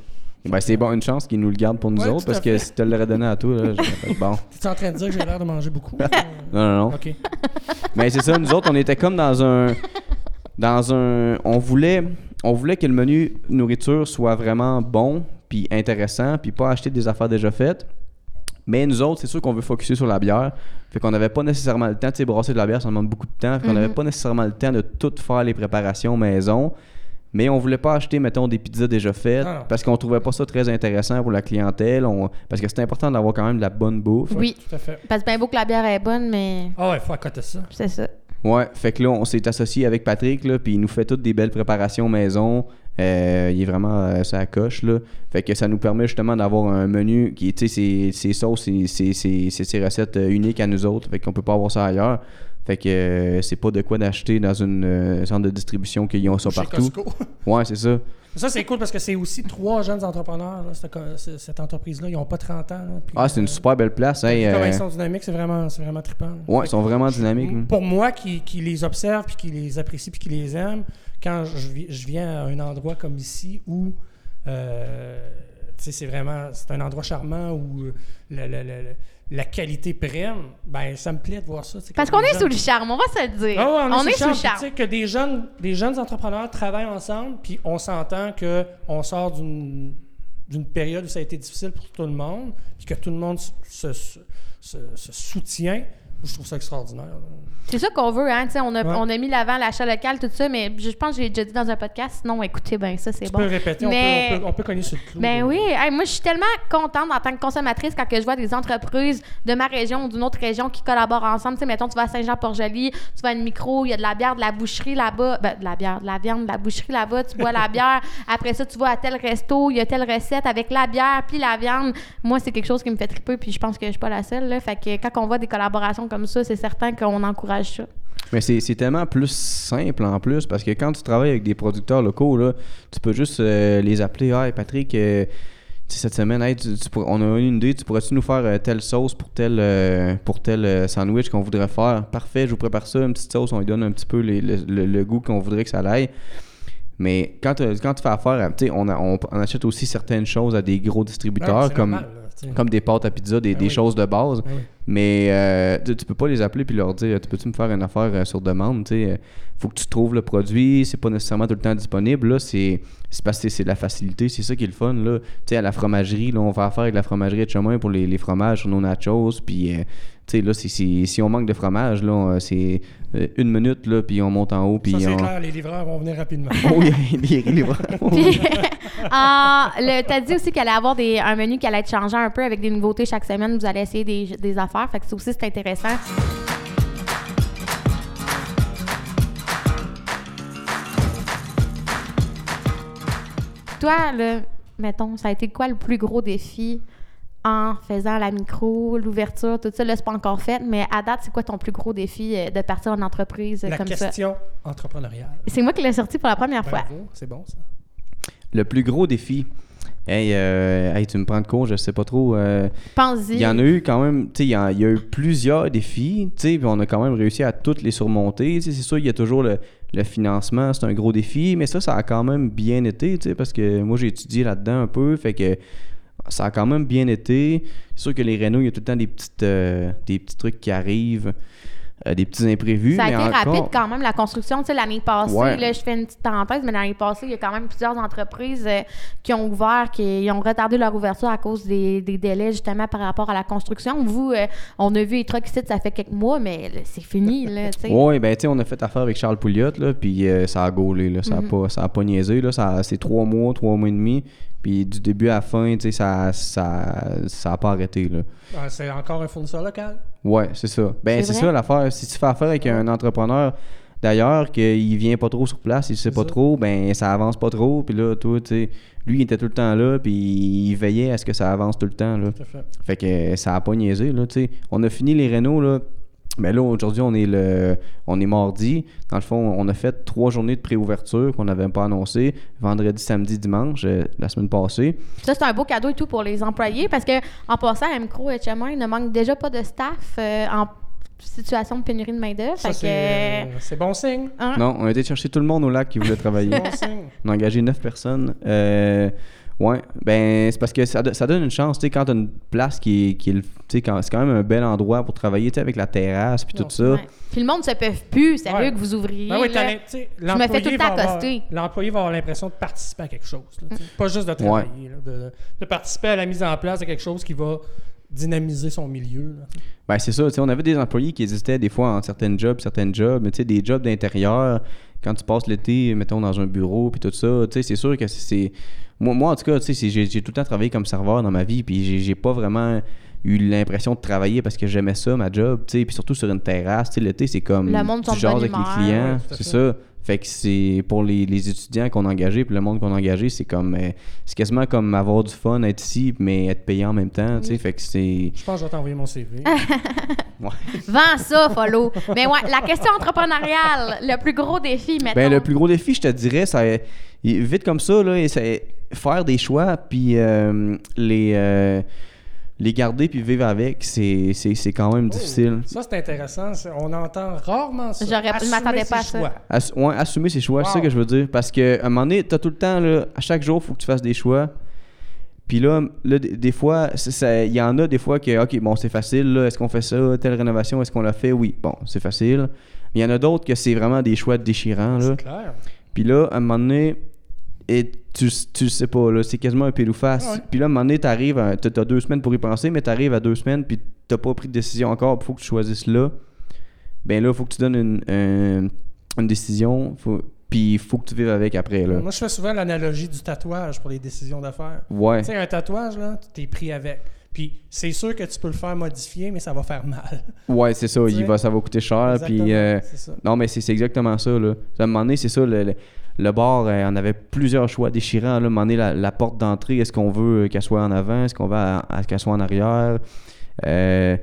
E: ben, c'est bon une chance qu'il nous le garde pour nous
D: Ouais,
E: autres
D: tout à
E: parce que
D: fait.
E: si tu l'aurais donné à toi là, j'aurais fait, bon
D: Tu es en train de dire que j'ai l'air de manger beaucoup? Euh,
E: non non non
D: OK.
E: mais c'est ça nous autres on était comme dans un dans un on voulait on voulait que le menu nourriture soit vraiment bon puis intéressant puis pas acheter des affaires déjà faites mais nous autres, c'est sûr qu'on veut focuser sur la bière. Fait qu'on n'avait pas nécessairement le temps de brasser de la bière, ça demande beaucoup de temps. Fait qu'on n'avait pas nécessairement le temps de tout faire les préparations maison. Mais on voulait pas acheter, mettons, des pizzas déjà faites
D: Ah non.
E: parce qu'on trouvait pas ça très intéressant pour la clientèle. On- Parce que c'est important d'avoir quand même de la bonne bouffe.
A: Oui.
D: Tout à fait.
A: Parce que bien beau que la bière est bonne, mais
D: Ah ouais, il faut accoter ça.
A: c'est ça.
E: Ouais, fait que là, on s'est associé avec Patrick, là, puis il nous fait toutes des belles préparations maison. Euh, il est vraiment euh, ça coche, là. Fait que ça nous permet justement d'avoir un menu qui, tu sais, c'est- c'est sauce, c'est- c'est c'est- c'est ses recettes euh, uniques à nous autres. Fait qu'on peut pas avoir ça ailleurs. Fait que euh, c'est pas de quoi d'acheter dans une euh, centre de distribution qu'ils ont ça
D: Chez
E: partout.
D: Costco.
E: Ouais, c'est ça.
D: Ça, c'est cool parce que c'est aussi trois jeunes entrepreneurs, là, cette, co- ce- cette entreprise-là. Ils n'ont pas 30 ans. là, puis,
E: Ah, c'est une super belle place, hein.
D: puis Comment
E: euh,
D: ils sont dynamiques, c'est vraiment, c'est vraiment trippant. là.
E: Ouais, ils sont vraiment dynamiques. hein.
D: Pour moi, qui, qui les observe, puis qui les apprécie, puis qui les aime, quand je, vi- je viens à un endroit comme ici où, euh, tu sais, c'est vraiment, c'est un endroit charmant où euh, la, la- la- la- la qualité prime, ben ça me plaît de voir ça. tu sais,
A: Parce
D: quand
A: qu'on
D: les
A: est
D: gens-
A: sous le charme, on va se le dire.
D: Ah ouais,
A: on, est sous le
D: puis
A: charme.
D: Tu sais, que des jeunes, des jeunes entrepreneurs travaillent ensemble, puis on s'entend que on sort d'une d'une période où ça a été difficile pour tout le monde, puis que tout le monde se, se- se- se soutient. Je trouve ça extraordinaire. là.
A: C'est ça qu'on veut, hein. tu sais, On a,
D: Ouais.
A: on a mis l'avant l'achat local, tout ça, mais je pense que j'ai déjà dit dans un podcast. Sinon, écoutez, ben ça, c'est
D: Tu
A: bon.
D: peux répéter, on peut-
A: Mais-
D: on, peut, on, peut, cogner sur le clou.
A: Ben
D: là.
A: oui, Hey, moi je suis tellement contente en tant que consommatrice quand que je vois des entreprises de ma région ou d'une autre région qui collaborent ensemble. Tu sais, mettons, tu vas à Saint-Jean-Port-Joli, tu vas à une micro, il y a de la bière, de la boucherie là-bas, ben, de la bière, de la viande, de la boucherie là-bas, tu bois la bière. Après ça, tu vas à tel resto, il y a telle recette avec la bière puis la viande. Moi, c'est quelque chose qui me fait triper, puis je pense que je suis pas la seule. Là. Fait que quand on voit des collaborations comme ça, c'est certain qu'on encourage ça.
E: Mais c'est c'est tellement plus simple en plus parce que quand tu travailles avec des producteurs locaux, là, tu peux juste euh, les appeler Hey Patrick, euh, tu sais, cette semaine, hey, tu- tu pourrais- on a eu une idée, tu pourrais-tu nous faire euh, telle sauce pour tel, euh, pour tel euh, sandwich qu'on voudrait faire Parfait, je vous prépare ça, une petite sauce, on lui donne un petit peu les- le, le- le goût qu'on voudrait que ça l'aille. Mais quand, t'as- quand tu fais affaire, à- tu sais, on, a- on- on achète aussi certaines choses à des gros
D: Ben,
E: distributeurs
D: c'est
E: comme,
D: normal, là, tu sais.
E: comme des pâtes à pizza, des,
D: Mm. Ben
E: des
D: oui.
E: choses de base.
D: Ben oui.
E: Mais euh, tu tu peux pas les appeler puis leur dire Tu peux-tu me faire une affaire euh, sur demande Tu sais, euh, faut que tu trouves le produit, c'est pas nécessairement tout le temps disponible. Là, c'est c'est parce que c'est la facilité, c'est ça qui est le fun. Là. Tu sais, à la fromagerie, là, on va affaire avec la fromagerie de chemin pour les, les fromages sur nos nachos. Puis, euh, tu sais, là, c'est- c'est- si on manque de fromage, là, on- c'est euh, une minute, là, puis on monte en haut. Puis
D: Ça, c'est
E: on...
D: clair, les livreurs vont venir rapidement.
E: Oh, il y a- il y a- il est vraiment-
A: Puis, en- Ah, le- t'as dit aussi qu'il allait avoir des, un menu qui allait être changeant un peu avec des nouveautés chaque semaine. Vous allez essayer des, des affaires. Fait que ça aussi, c'est intéressant. Toi, là, mettons, ça a été quoi le plus gros défi en faisant la micro, l'ouverture, tout ça? Là, c'est pas encore fait, mais à date, c'est quoi ton plus gros défi euh, de partir en entreprise euh,
D: La
A: comme ça?
D: question entrepreneuriale.
A: C'est moi qui l'ai sorti pour la première fois.
D: Bravo, c'est bon ça.
E: le plus gros défi. Hey, euh, hey, tu me prends de court, je sais pas trop. euh,
A: Pense-y.
E: Il y en a eu quand même, tu sais, il y, en- il y a eu plusieurs défis, tu sais, puis on a quand même réussi à toutes les surmonter. Tu sais, c'est sûr, il y a toujours le, le financement, c'est un gros défi, mais ça, ça a quand même bien été, tu sais, parce que moi, j'ai étudié là-dedans un peu, fait que ça a quand même bien été. C'est sûr que les rénaux, il y a tout le temps des, petites, euh, des petits trucs qui arrivent, euh, des petits imprévus.
A: Ça a
E: mais
A: été
E: encore-
A: rapide quand même, la construction. Tu sais, l'année passée,
E: Ouais.
A: là, je fais une petite parenthèse, mais l'année passée, il y a quand même plusieurs entreprises euh, qui ont ouvert, qui ont retardé leur ouverture à cause des, des délais, justement, par rapport à la construction. Vous, euh, on a vu les trucks ici, ça fait quelques mois, mais là, c'est fini, là, tu sais.
E: Oui, ben tu sais, on a fait affaire avec Charles Pouliot, là, puis euh, ça a gaulé, là,
A: Mhm.
E: ça, a pas, ça a pas niaisé, là, ça a- c'est trois mois, trois mois et demi, puis du début à la fin, tu sais, ça, ça, ça a pas arrêté, là.
D: Ah, c'est encore un fournisseur local.
E: Ouais, c'est ça. Ben
A: C'est
E: c'est
A: vrai?
E: ça l'affaire. Si tu fais affaire avec un entrepreneur d'ailleurs qu'il vient pas trop sur place, il sait pas
D: ça.
E: trop, ben ça avance pas trop, puis là, toi, tu sais, lui, il était tout le temps là, puis il veillait à ce que ça avance tout le temps, là.
D: Tout à fait.
E: Fait que euh, ça a pas niaisé, là, tu sais. On a fini les rénaux, là, Mais là, aujourd'hui, on est le on est mardi. Dans le fond, on a fait trois journées de préouverture qu'on n'avait pas annoncées. Vendredi, samedi, dimanche, euh, la semaine passée.
A: Ça, c'est un beau cadeau et tout pour les employés parce que en passant, à MCRO et HMI, il ne manque déjà pas de staff euh, en situation de pénurie de main-d'œuvre.
D: Ça,
A: Fait
D: c'est
A: que.
D: euh, c'est bon signe.
A: hein?
E: Non, on a été chercher tout le monde au lac qui voulait travailler.
D: Bon signe.
E: On a engagé neuf personnes. Euh, ouais, ben c'est parce que ça, do- ça donne une chance, tu sais, quand t'as une place qui est, qui est le- tu sais, quand- c'est quand même un bel endroit pour travailler, tu sais, avec la terrasse puis tout
D: Non,
E: ça.
A: Ouais. Puis le monde se peut plus, sérieux,
D: Ouais.
A: que vous ouvriez.
D: Ben oui,
A: là.
D: t'as l'im- tu
A: me fais
D: sais,
A: tout le
D: l'employé
A: temps
D: va avoir-
A: accoster.
D: L'employé va avoir l'impression de participer à quelque chose. là, tu sais. Pas juste de travailler, là, de, de participer à la mise en place de quelque chose qui va dynamiser son milieu. là, tu sais.
E: Ben c'est ça, tu sais, on avait des employés qui hésitaient des fois en certaines jobs, certaines jobs, mais tu sais, des jobs d'intérieur, quand tu passes l'été, mettons, dans un bureau, puis tout ça, tu sais, c'est sûr que c'est- c'est... Moi, moi, en tout cas, tu sais, c'est- j'ai j'ai tout le temps travaillé comme serveur dans ma vie, puis j'ai- j'ai pas vraiment eu l'impression de travailler parce que j'aimais ça, ma job, tu sais, puis surtout sur une terrasse, tu sais, l'été, c'est comme...
A: Le monde
E: tu
A: sont de
E: jases
A: bonne
E: avec les
A: humeur.
E: clients,
D: Ouais, tout à
E: c'est
D: fait.
E: ça. Fait que c'est pour les, les étudiants qu'on a engagés, puis le monde qu'on a engagé, c'est comme... euh, c'est quasiment comme avoir du fun, être ici, mais être payé en même temps, tu sais, fait que c'est...
D: Je pense que je vais t'envoyer mon CV.
A: Ah. Vends ça, follow. Mais ouais, la question entrepreneuriale, le plus gros défi maintenant.
E: Ben, le plus gros défi, je te dirais, ça, il- vite comme ça, là, et c'est faire des choix, puis euh, les, euh, les garder, puis vivre avec, c'est c'est- c'est quand
D: Oh.
E: même difficile.
D: Ça, c'est intéressant. ça. On entend rarement ça.
A: J'aurais- je
D: Assumer
A: m'attendais pas
D: ses
A: à ça.
D: choix.
E: Ass- ouais, assumer ses choix, c'est ça
D: Wow.
E: que je veux dire. Parce que à un moment donné, t'as tout le temps, là, à chaque jour, faut que tu fasses des choix. Puis là, là, des- des fois, c'est- ça- il y en a des fois que, OK, bon, c'est facile, là, est-ce qu'on fait ça, telle rénovation, est-ce qu'on la fait? Oui, bon, c'est facile. Mais il y en a d'autres que c'est vraiment des choix déchirants. Là.
D: C'est clair.
E: Puis là, à un moment donné, et tu, tu le sais pas, là, c'est quasiment un pile ou face.
D: Ah ouais.
E: Puis là, à un moment donné, t'arrives, à- t'as t'as deux semaines pour y penser, mais t'arrives à deux semaines, puis t'as pas pris de décision encore, il faut que tu choisisses là. Ben là, faut que tu donnes une, un- une décision, faut, puis faut que tu vives avec après, là.
D: Moi, je fais souvent l'analogie du tatouage pour les décisions d'affaires.
E: Ouais.
D: Tu sais, un tatouage, là, tu t'es pris avec. Puis c'est sûr que tu peux le faire modifier, mais ça va faire mal.
E: Ouais, c'est ça,
D: Tu
E: il
D: sais.
E: va, ça va coûter cher,
D: Exactement,
E: puis... euh,
D: c'est ça.
E: Non, mais c'est c'est exactement ça. Là. À un moment donné, c'est ça. Le, le, le bar, euh, on avait plusieurs choix déchirants. Là. À un moment donné, la, la porte d'entrée, est-ce qu'on veut euh, qu'elle soit en avant? Est-ce qu'on veut à- à- qu'elle soit en arrière? Euh,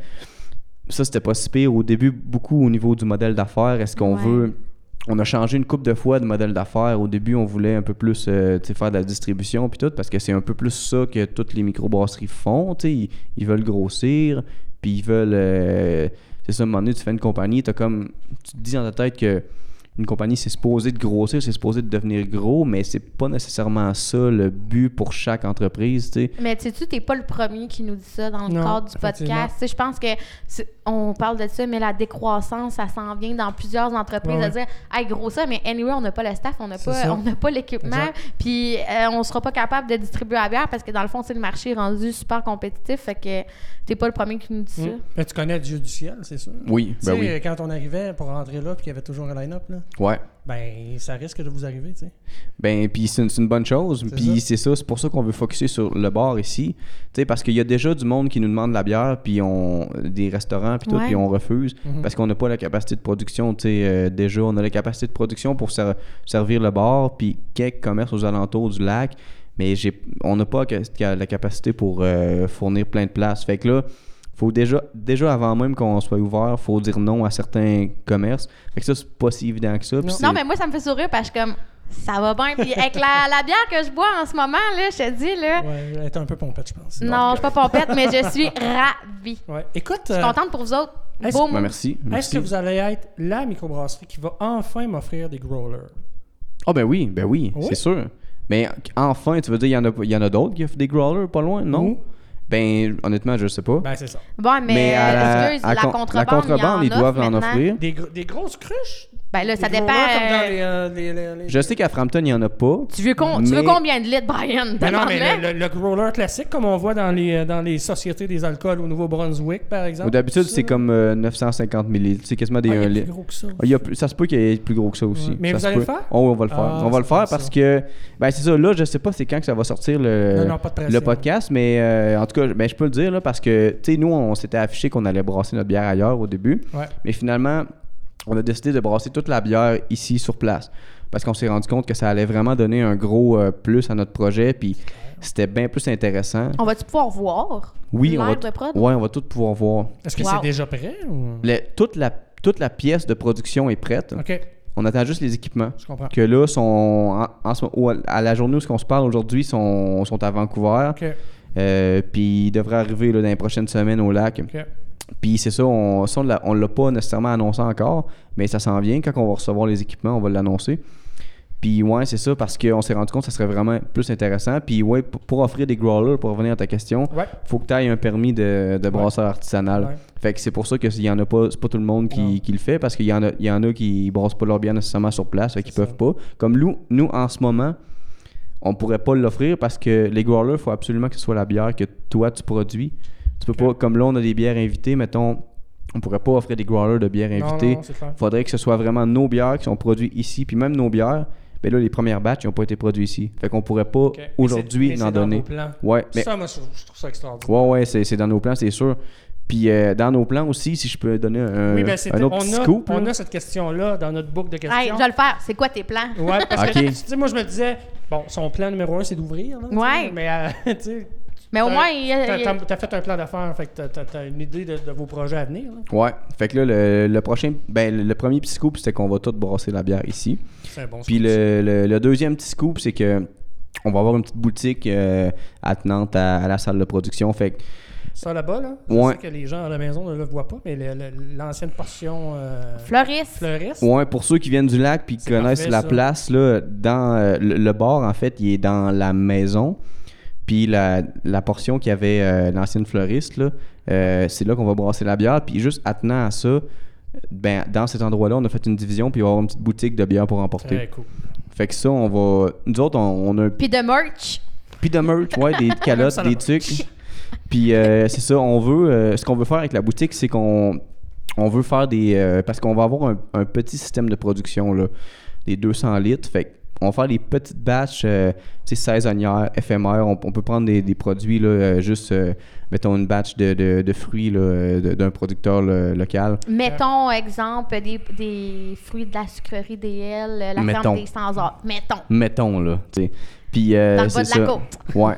E: ça, c'était pas si pire. Au début, beaucoup au niveau du modèle d'affaires. Est-ce qu'on
A: Ouais.
E: veut... On a changé une coupe de fois de modèle d'affaires. Au début, on voulait un peu plus euh, tu sais, faire de la distribution puis tout, parce que c'est un peu plus ça que toutes les microbrasseries font. tu sais. Ils, ils veulent grossir, puis ils veulent... euh, c'est ça, à un moment donné, tu fais une compagnie, t'as comme, tu te dis dans ta tête que une compagnie, c'est supposé de grossir, c'est supposé de devenir gros, mais c'est pas nécessairement ça le but pour chaque entreprise, tu sais.
A: Mais tu sais, t'es pas le premier qui nous dit ça dans le
D: Non,
A: cadre du
D: effectivement.
A: podcast. Tu sais, je pense que c'est- on parle de ça, mais la décroissance, ça s'en vient dans plusieurs entreprises
D: Ouais,
A: de dire, hey, gros ça, mais anyway, on n'a pas le staff, on n'a
D: C'est
A: pas,
D: ça.
A: on n'a pas l'équipement,
D: Exact.
A: puis euh, on sera pas capable de distribuer la bière parce que dans le fond, c'est le marché est rendu super compétitif, fait que t'es pas le premier qui nous dit ça.
D: Mm. Mais tu connais Dieu du ciel, c'est sûr.
E: Oui,
D: Tu
E: ben
D: sais, euh,
E: oui.
D: quand on arrivait pour rentrer là, puis qu'il y avait toujours un line-up, là,
E: Ouais.
D: ben, ça risque de vous arriver, tu sais.
E: Ben, puis c'est une, c'est une bonne chose.
D: C'est
E: Puis
D: ça.
E: c'est ça, c'est pour ça qu'on veut focuser sur le bar ici. Tu sais, parce qu'il y a déjà du monde qui nous demande la bière, puis on des restaurants, puis tout,
A: Ouais.
E: puis on refuse
D: Mhm.
E: parce qu'on n'a pas la capacité de production. Tu sais, euh, déjà, on a la capacité de production pour ser- servir le bar, puis quelques commerces aux alentours du lac. Mais j'ai, on n'a pas que- que la capacité pour euh, fournir plein de places. Fait que là, faut déjà, déjà avant même qu'on soit ouvert, faut dire non à certains commerces. Fait que ça, c'est pas si évident que ça. puis c'est-
A: Non, mais moi, ça me fait sourire parce que je suis comme, ça va bien, puis avec la, la bière que je bois en ce moment, là, je te dis, là,
D: Ouais, elle était un peu pompette, je pense.
A: non, je suis pas pompette, mais je suis ravie.
D: Ouais. Écoute,
A: Je
D: euh,
A: suis contente pour vous autres.
D: est-ce-
A: Beau
E: Ben,
A: mot.
E: merci.
D: est-ce
E: merci.
D: que vous allez être la microbrasserie qui va enfin m'offrir des growlers?
E: Ah ben oui, ben oui,
D: Oui?
E: c'est sûr. Mais enfin, tu veux dire, il y en a, il y en a d'autres qui offrent des growlers pas loin, non?
D: Où?
E: Ben, honnêtement, je sais pas.
D: Ben, c'est ça.
A: Bon, mais, euh,
E: à la-
A: excuse,
E: euh, à
A: la,
E: con-
A: contrebande, il y
E: ils
A: en
E: doivent
A: offre
E: en
A: maintenant.
E: offrir.
D: Des, gr- des grosses cruches?
A: Ben là, ça
D: Des
A: dépend.
D: growlers comme dans
A: euh,
D: les, euh, les- les- les-
E: Je sais qu'à Frampton, il y en a pas.
A: tu, veux con- tu veux
E: mais-
A: combien de litres, Brian?
D: Ben non, mais
A: Demande-le.
D: le, le- le growler classique, comme on voit dans les, euh, dans les sociétés des alcools au Nouveau-Brunswick, par exemple.
E: Ou D'habitude,
D: Ça,
E: c'est
D: là.
E: comme euh, 950 millilitres. C'est quasiment des
D: Ah, il y a
E: 1
D: plus
E: litre.
D: gros que ça.
E: Ah, il y a plus- ça se peut qu'il y ait plus gros que ça aussi.
D: Ouais. Mais
E: Ça
D: vous
E: se
D: allez le
E: peut.
D: faire?
E: Oh, on va le faire.
D: Ah,
E: on va le
D: c'est bon,
E: faire
D: ça.
E: parce que. Ben, c'est ça. Là, je sais pas c'est quand que ça va sortir le,
D: Non, non, pas de pression.
E: le podcast, mais euh, en tout cas, ben, je peux le dire là, parce que, tu sais, nous, on s'était affiché qu'on allait brasser notre bière ailleurs au début.
D: Ouais.
E: Mais finalement, on a décidé de brasser toute la bière ici sur place. parce qu'on s'est rendu compte que ça allait vraiment donner un gros euh, plus à notre projet. Puis c'était bien plus intéressant.
A: On va-tu pouvoir voir
E: Oui, on va,
A: l'air de prod?
E: ouais, on va tout pouvoir voir.
D: Est-ce que
A: Wow.
D: c'est déjà prêt? ou-
E: Le- toute, la, toute la pièce de production est prête.
D: OK,
E: On attend juste les équipements.
D: je comprends.
E: Que là, sont en, en ce moment- ou à- à la journée où on se parle aujourd'hui, sont, sont à Vancouver.
D: OK,
E: Euh, Puis ils devraient arriver là, dans les prochaines semaines au lac.
D: OK.
E: Puis c'est ça, on ça, on l'a- on l'a pas nécessairement annoncé encore, mais ça s'en vient. Quand on va recevoir les équipements, on va l'annoncer. Puis ouais, c'est ça, parce qu'on s'est rendu compte que ça serait vraiment plus intéressant. Puis ouais, p- pour offrir des growlers, pour revenir à ta question,
D: Ouais.
E: faut que tu ailles un permis de, de brasseur artisanal.
D: Ouais.
E: Fait que c'est pour ça que s'il y en a pas, c'est pas tout le monde
D: Non.
E: qui, qui le fait, parce qu'il y en a, il y en a qui brassent pas leur bière nécessairement sur place, fait qu'ils peuvent pas. Comme nous, nous, en ce moment, on pourrait pas l'offrir parce que les growlers, il faut absolument que ce soit la bière que toi tu produis. Tu peux pas, comme là, on a des bières invitées, mettons, on pourrait pas offrir des growlers de bières
D: Non,
E: invitées.
D: non, non, c'est clair.
E: Faudrait que ce soit vraiment nos bières qui sont produites ici, puis même nos bières. Ben là, les premières batches n'ont pas été produites ici. Fait qu'on pourrait pas
D: Ok. Mais c'est-
E: aujourd'hui
D: mais
E: n'en
D: c'est dans
E: donner.
D: vos plans.
E: Ouais, mais
D: Ça, moi, je je trouve ça extraordinaire.
E: Ouais, ouais, c'est c'est dans nos plans, c'est sûr. Puis euh, dans nos plans aussi, si je peux donner un,
D: oui, ben, c'était-
E: Euh, un
D: on,
E: autre petit
D: a,
E: scoop.
D: on
E: là.
D: a cette question-là dans notre boucle de questions.
A: Hey, je vais le faire. C'est quoi tes plans?
D: Ouais, parce que
E: Ok.
D: tu sais, moi, je me disais, bon, son plan numéro un, c'est d'ouvrir. là, tu sais,
A: Ouais.
D: Mais, euh, tu sais,
A: Mais au
D: t'as-
A: moins, il y a-
D: t'as-
A: il y a-
D: t'as t'as fait un plan d'affaires, fait que t'as- t'as- t'as une idée de, de vos projets à venir. là.
E: Ouais, fait que là, le, le prochain, ben, le, le premier petit scoop, c'était qu'on va tout brasser la bière ici.
D: C'est un bon
E: Puis le, le- le deuxième petit scoop, c'est que on va avoir une petite boutique euh, attenante à, à la salle de production. Fait que,
D: Ça là-bas, là, je
E: Ouais.
D: sais que les gens à la maison ne le voient pas, mais le- le- l'ancienne portion euh,
A: fleuriste.
D: fleuriste.
E: ouais, pour ceux qui viennent du lac puis qui
D: C'est
E: connaissent
D: parfait,
E: la
D: ça.
E: place, là, dans euh, le, le bar, en fait, il est dans la maison. Puis la, la portion qu'il y avait euh, l'ancienne fleuriste, là, euh, c'est là qu'on va brasser la bière. Puis juste attenant à ça, ben, dans cet endroit-là, on a fait une division, puis il va y avoir une petite boutique de bière pour emporter.
D: Très cool.
E: Fait que ça, on va. Nous autres, on, on a un
A: Puis de merch.
E: Puis de merch, ouais, des calottes,
D: Ça,
E: des
D: là-bas.
E: trucs. Puis euh, c'est ça, on veut. euh, ce qu'on veut faire avec la boutique, c'est qu'on on veut faire des. euh, parce qu'on va avoir un, un petit système de production, là, des 200 litres. Fait on va faire des petites batches, euh, tu sais, saisonnières, éphémères. On, on peut prendre des, des produits, là, euh, juste, euh, mettons, une batch de, de- de fruits là, euh, de- d'un producteur là, local.
A: Mettons, exemple, des, des fruits de la sucrerie DL, la ferme
E: Mettons.
A: des sans heures Mettons.
E: Mettons, là, tu sais. Puis, euh,
A: Dans le bas
E: c'est
A: de la
E: ça.
A: côte.
E: Ouais.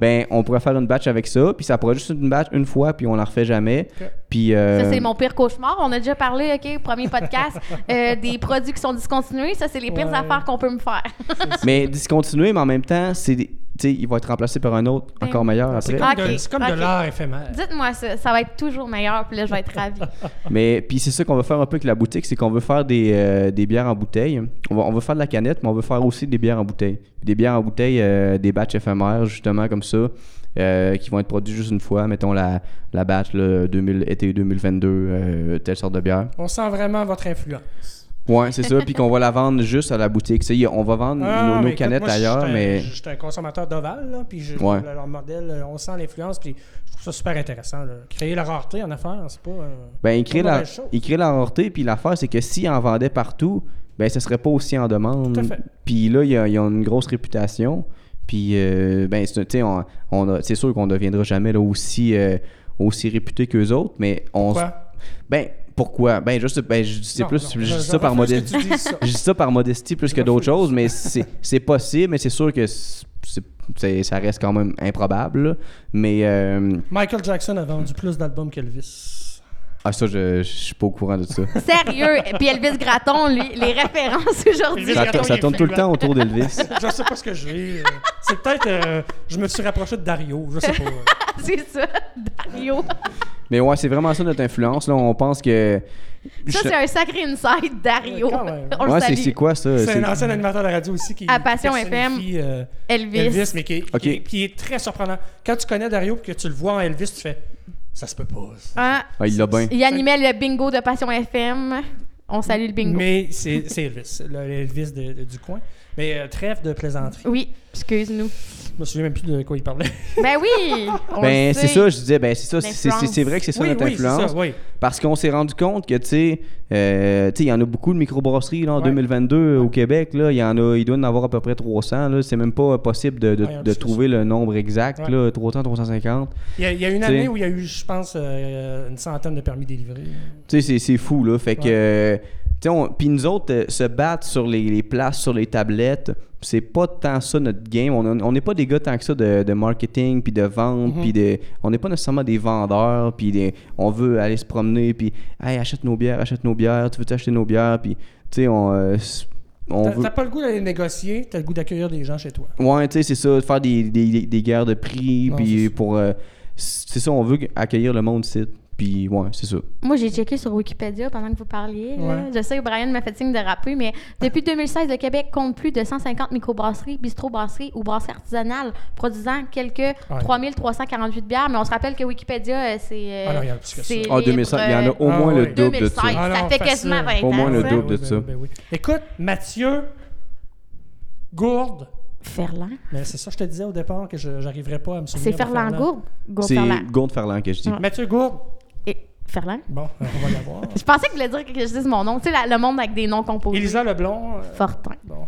E: ben, on pourrait faire une batch avec ça, puis ça pourrait juste une batch une fois, puis on la refait jamais. Puis, euh,
A: Ça, c'est mon pire cauchemar. On a déjà parlé, OK, premier podcast, euh, des produits qui sont discontinués. Ça, c'est les pires
D: Ouais.
A: affaires qu'on peut me faire.
E: Mais discontinuer, mais en même temps, c'est, des- tu sais, il va être remplacé par un autre
A: Ben,
E: encore meilleur
D: C'est
E: après.
D: comme, de-
A: Ok,
D: c'est comme
A: ok.
D: de l'art éphémère.
A: Dites-moi ça. Ça va être toujours meilleur, puis là, je vais être ravie.
E: Mais puis c'est ça qu'on veut faire un peu avec la boutique, c'est qu'on veut faire des, euh, des bières en bouteille. On va, on veut faire de la canette, mais on veut faire aussi des bières en bouteille. Des bières en bouteille, euh, des batchs éphémères, justement, comme ça, euh, qui vont être produits juste une fois. Mettons la, la batch là, 2000, été 2022, euh, telle sorte de bière.
D: On sent vraiment votre influence.
E: Ouais, c'est ça. Puis qu'on va la vendre juste à la boutique. Tu sais, y a- on va vendre
D: Ah,
E: nos, nos
D: mais écoute,
E: canettes
D: moi, je suis
E: ailleurs,
D: un-
E: mais.
D: Je suis un consommateur d'Oval, là, puis je-
E: Ouais.
D: leur modèle, euh, on sent l'influence, puis je trouve ça super intéressant. là. Créer la rareté en affaires, c'est pas... euh,
E: Ben, il crée,
D: pas
E: la,
D: mauvaise chose.
E: il crée la rareté, puis l'affaire, c'est que s'il en vendait partout, ben, ce serait pas aussi en demande.
D: Tout à fait.
E: Puis là, ils ont il a une grosse réputation. Puis, euh, ben, c'est un- tu sais, on, on a- c'est sûr qu'on ne deviendra jamais là, aussi, euh, aussi réputé qu'eux autres, mais on. s-
D: Quoi?
E: Ben, pourquoi? Ben, juste, ben, je sais
D: Non,
E: plus,
D: non,
E: je, dis
D: je- je
E: ça par
D: refuse que
E: modestie.
D: tu dises ça.
E: je dis ça par modestie plus que d'autres
D: refuse.
E: choses, mais c'est c'est possible, mais c'est sûr que c'est- c'est- ça reste quand même improbable. là. Mais. euh,
D: Michael Jackson a vendu plus d'albums qu'Elvis.
E: ah, ça, je je suis pas au courant de ça.
A: Sérieux. Puis Elvis Gratton, lui, les références aujourd'hui.
D: Elvis
E: Ça,
D: Gratton,
E: tourne- ça
D: il est
E: tourne tout le
D: fluent.
E: temps autour d'Elvis.
D: je sais pas ce que j'ai. euh, C'est peut-être. euh, je me suis rapproché de Dario, je sais pas. euh.
A: Ah, c'est ça, Dario.
E: Mais ouais, c'est vraiment ça notre influence. Là, on pense que.
A: Ça, c'est un sacré inside, Dario.
D: Ouais, quand même.
A: On
E: ouais,
A: le
E: c'est,
A: salue.
E: c'est quoi ça?
D: C'est
E: C'est-
D: un ancien animateur de la radio aussi qui.
A: À Passion
D: personnifie, euh,
A: Elvis.
D: Elvis, mais qui,
E: Ok.
D: qui- qui est très surprenant. Quand tu connais Dario et que tu le vois en Elvis, tu fais. Ça se peut pas. ça.
A: Hein?
E: Ah, il l'a bien.
A: Il animait le bingo de Passion FM. On salue le bingo.
D: Mais c'est, c'est Elvis, le Elvis de- de- du coin. Mais euh, trêve de plaisanterie.
A: Oui, excuse-nous.
D: Je me souviens même plus de quoi il parlait.
A: Ben oui! on
E: Ben,
A: le
E: c'est
A: sait.
E: ça, je disais. Ben, c'est ça. c'est- C'est, c'est- c'est vrai que c'est ça
D: oui,
E: notre
D: oui, c'est
E: influence.
D: ça, oui.
E: Parce qu'on s'est rendu compte que, tu sais, euh, tu sais, il y en a beaucoup de microbrasseries là, en
D: Ouais.
E: 2022 au Québec. Là, il, y en a, il doit en avoir à peu près 300. Là. C'est même pas possible de, de-
D: Ouais,
E: de
D: c'est ça.
E: trouver le nombre exact.
D: Ouais.
E: Là, 300, 350.
D: Il y, a, il y a une
E: T'sais.
D: année où il y a eu, je pense, euh, une centaine de permis délivrés.
E: Tu sais, c'est, c'est fou. Là. Fait que.
D: Ouais.
E: euh, Tu sais, on- Puis nous autres, euh, se battre sur les, les places, sur les tablettes, c'est pas tant ça notre game. On a- on n'est pas des gars tant que ça de, de marketing, puis de vente,
D: Mm-hmm.
E: puis de... On n'est pas nécessairement des vendeurs, puis des- on veut aller se promener, puis « Hey, achète nos bières, achète nos bières, tu veux acheter nos bières? » Puis, tu sais, on... euh, s- on
D: T'as
E: veut...
D: t'as pas le goût d'aller négocier, t'as le goût d'accueillir des gens chez toi.
E: Ouais, tu sais, c'est ça, faire des, des, des- des guerres de prix,
D: Non, c'est
E: puis
D: ça.
E: pour... euh, c'est ça, on veut accueillir le monde ici. Puis, ouais, c'est ça.
A: Moi, j'ai checké sur Wikipédia pendant que vous parliez. là.
D: Ouais.
A: Je sais que Brian m'a fait signe de rappeler, mais depuis 2016, le Québec compte plus de 150 microbrasseries, bistrobrasseries ou brasseries artisanales produisant quelques 3348 bières. Mais on se rappelle que Wikipédia, euh, c'est. euh,
D: Ah non, il y a plus que ça.
A: c'est
E: En 2005, il y en a
A: libre, euh,
E: au
D: Ah
E: moins le
D: ouais.
E: double de
A: 2005,
E: ça.
D: Ah
A: ça
D: non,
A: fait
D: facile.
A: quasiment 20 ans.
E: Au moins le
A: ça.
E: double de
D: Ben
E: ça.
D: oui, ben oui. Écoute, Mathieu, Gourde,
A: Ferland.
D: mais c'est ça que je te disais au départ que je n'arriverais pas à me souvenir.
A: C'est
D: de
A: Ferland Gourde. Gourde
E: C'est
A: Ferland.
E: Gourde Ferland que je dis.
D: Mathieu Gourde,
A: Et Ferland.
D: bon, euh, on va l'avoir.
A: Je pensais que je voulais dire que je dise mon nom. Tu sais, la- le monde avec des noms composés.
D: Elisa Leblond, euh,
A: Fortin.
D: bon,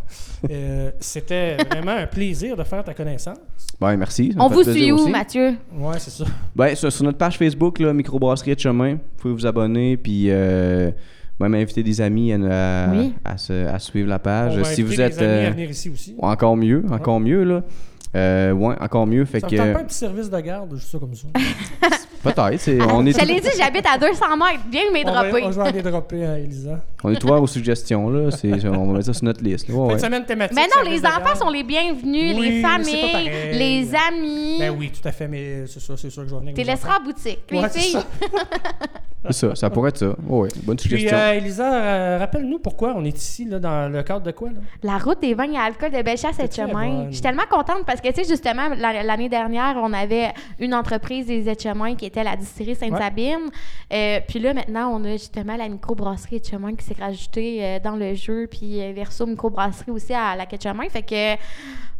D: euh, c'était vraiment un plaisir de faire ta connaissance.
E: Ouais, Ben, merci. ça me
A: On
E: fait
A: vous
E: plaisir
A: suit où,
E: aussi.
A: Mathieu?
D: Ouais, c'est ça.
E: Ben, sur, sur notre page Facebook, là, Microbrasserie de Chemin, vous pouvez vous abonner, puis euh, même inviter des amis à, à-
A: Oui.
E: à se- à suivre la
D: On
E: page.
D: va
E: si
D: inviter
E: Ah, vous
D: les
E: êtes.
D: amis
E: euh,
D: à venir ici aussi.
E: encore mieux, encore mieux, là. Euh, ouais, encore mieux. Fait
D: Ça me
E: que.
D: tente pas un petit service de garde ou juste ça comme ça.
E: Peut-être. c'est-
A: Ah,
E: on,
A: je
E: est
A: te l'ai dit, j'habite à 200 mètres. Viens me
D: on, va,
A: dropper.
D: on va aller dropper à hein, Elisa.
E: on est ouvert aux suggestions, là. c'est- on va mettre ça sur notre liste. là, ouais,
D: Fin
E: ouais.
D: de semaine thématique.
A: Mais non,
D: service
A: les
D: de
A: enfants
D: garde.
A: sont les bienvenus,
D: Oui,
A: les
D: c'est pas
A: familles,
D: pareil.
A: les amis.
D: Ben oui, tout à fait, mais c'est ça, c'est sûr que je vais venir.
A: Tu les
D: avec mes
A: laisseras en boutique. Les
D: Ouais, c'est
A: filles,
D: ça.
E: C'est ça, ça pourrait être ça. Ouais, ouais, bonne
D: Puis,
E: suggestion.
D: euh, Elisa, euh, rappelle-nous pourquoi on est ici, là, dans le cadre de quoi, là?
A: la route des vins et alcool de Bellechasse et
D: C'est très
A: Chemin.
D: bonne.
A: Je suis tellement contente parce que, tu sais, justement, la- l'année dernière, on avait une entreprise des Etchemins qui était la distillerie Sainte-Sabine. Euh, puis là, maintenant, on a justement la microbrasserie Etchemin qui s'est rajoutée euh, dans le jeu. Puis euh, Verso Microbrasserie aussi à la Etchemin. Fait que,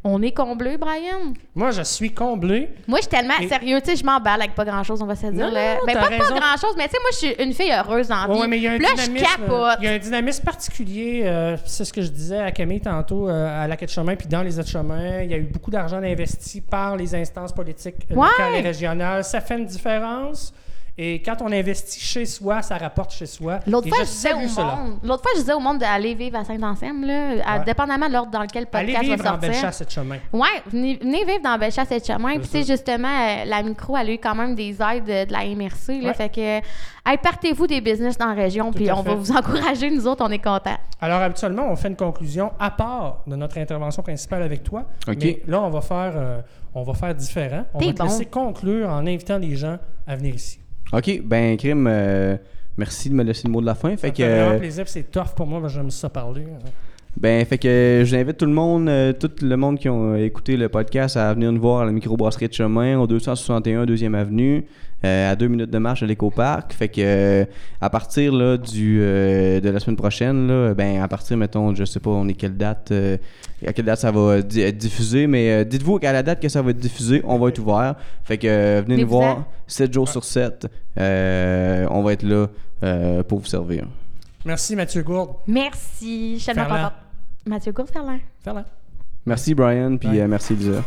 A: on est comblé, Brian.
D: Moi, je suis comblé.
A: Moi, je suis tellement
D: Et-
A: sérieux, tu sais, je m'emballe avec pas grand-chose, on va se dire.
D: non,
A: là.
D: non,
A: ben,
D: t'as
A: pas,
D: raison.
A: pas grand-chose, mais tu sais, moi, je suis une fille heureuse en vie.
D: Ouais, ouais, Ah mais il y a un
A: Puis là, je
D: dynamisme.
A: capote.
D: Il y a un dynamisme particulier. euh, c'est ce que je disais à Camille tantôt euh, à la quête chemin puis dans les autres chemins. Il y a eu beaucoup d'argent investi par les instances politiques euh,
A: Ouais.
D: locales et régionales. Ça fait une différence. Et quand on investit chez soi, ça rapporte chez soi.
A: L'autre
D: Et
A: fois,
D: je
A: je disais au
D: salue cela.
A: monde, l'autre fois, je disais au monde d'aller vivre à Saint-Anselme, là, à-
D: Ouais.
A: dépendamment de l'ordre dans lequel le
D: Allez
A: podcast
D: vivre
A: va
D: en
A: sortir.
D: Bellechasse et de chemin.
A: Oui, venez, venez vivre dans Bellechasse et Chemin. Puis, tu sais, justement, euh, la micro, elle a eu quand même des aides euh, de, la MRC. Là,
D: Ouais.
A: Fait que, euh, hey, partez-vous des business dans la région, puis
D: à
A: on va
D: fait.
A: vous encourager. Nous autres, on est contents.
D: Alors, habituellement, on fait une conclusion à part de notre intervention principale avec toi.
E: OK.
D: Mais là, on va faire, euh, on va faire différent. On
A: T'es
D: va te
A: bon.
D: laisser conclure en invitant les gens à venir ici.
E: Ok, ben, Crime, euh, merci de me laisser le mot de la fin. Fait
D: Ça
E: que.
D: fait vraiment
E: euh,
D: plaisir, puis c'est tough pour moi, parce que j'aime ça parler. hein.
E: Ben, fait que j'invite tout le monde, euh, tout le monde qui ont euh, écouté le podcast à venir nous voir à la microbrasserie de chemin au 261 2e avenue, euh, à deux minutes de marche de l'éco-parc. Fait que euh, à partir là, du, euh, de la semaine prochaine, là, ben, à partir, mettons, je sais pas, on est quelle date, euh, à quelle date ça va euh, di- être diffusé, mais euh, dites-vous qu'à la date que ça va être diffusé, on va être ouvert. Fait que euh, venez nous
A: Venez-vous-en.
E: voir 7 jours sur 7. Euh, on va être là euh, pour vous servir.
D: Merci, Mathieu Gourde.
A: Merci. Je suis tellement
D: Ferland.
A: contente. Mathieu Gourferland.
D: Ferland.
E: Merci Brian, puis
D: Ouais.
E: euh, merci Lisa.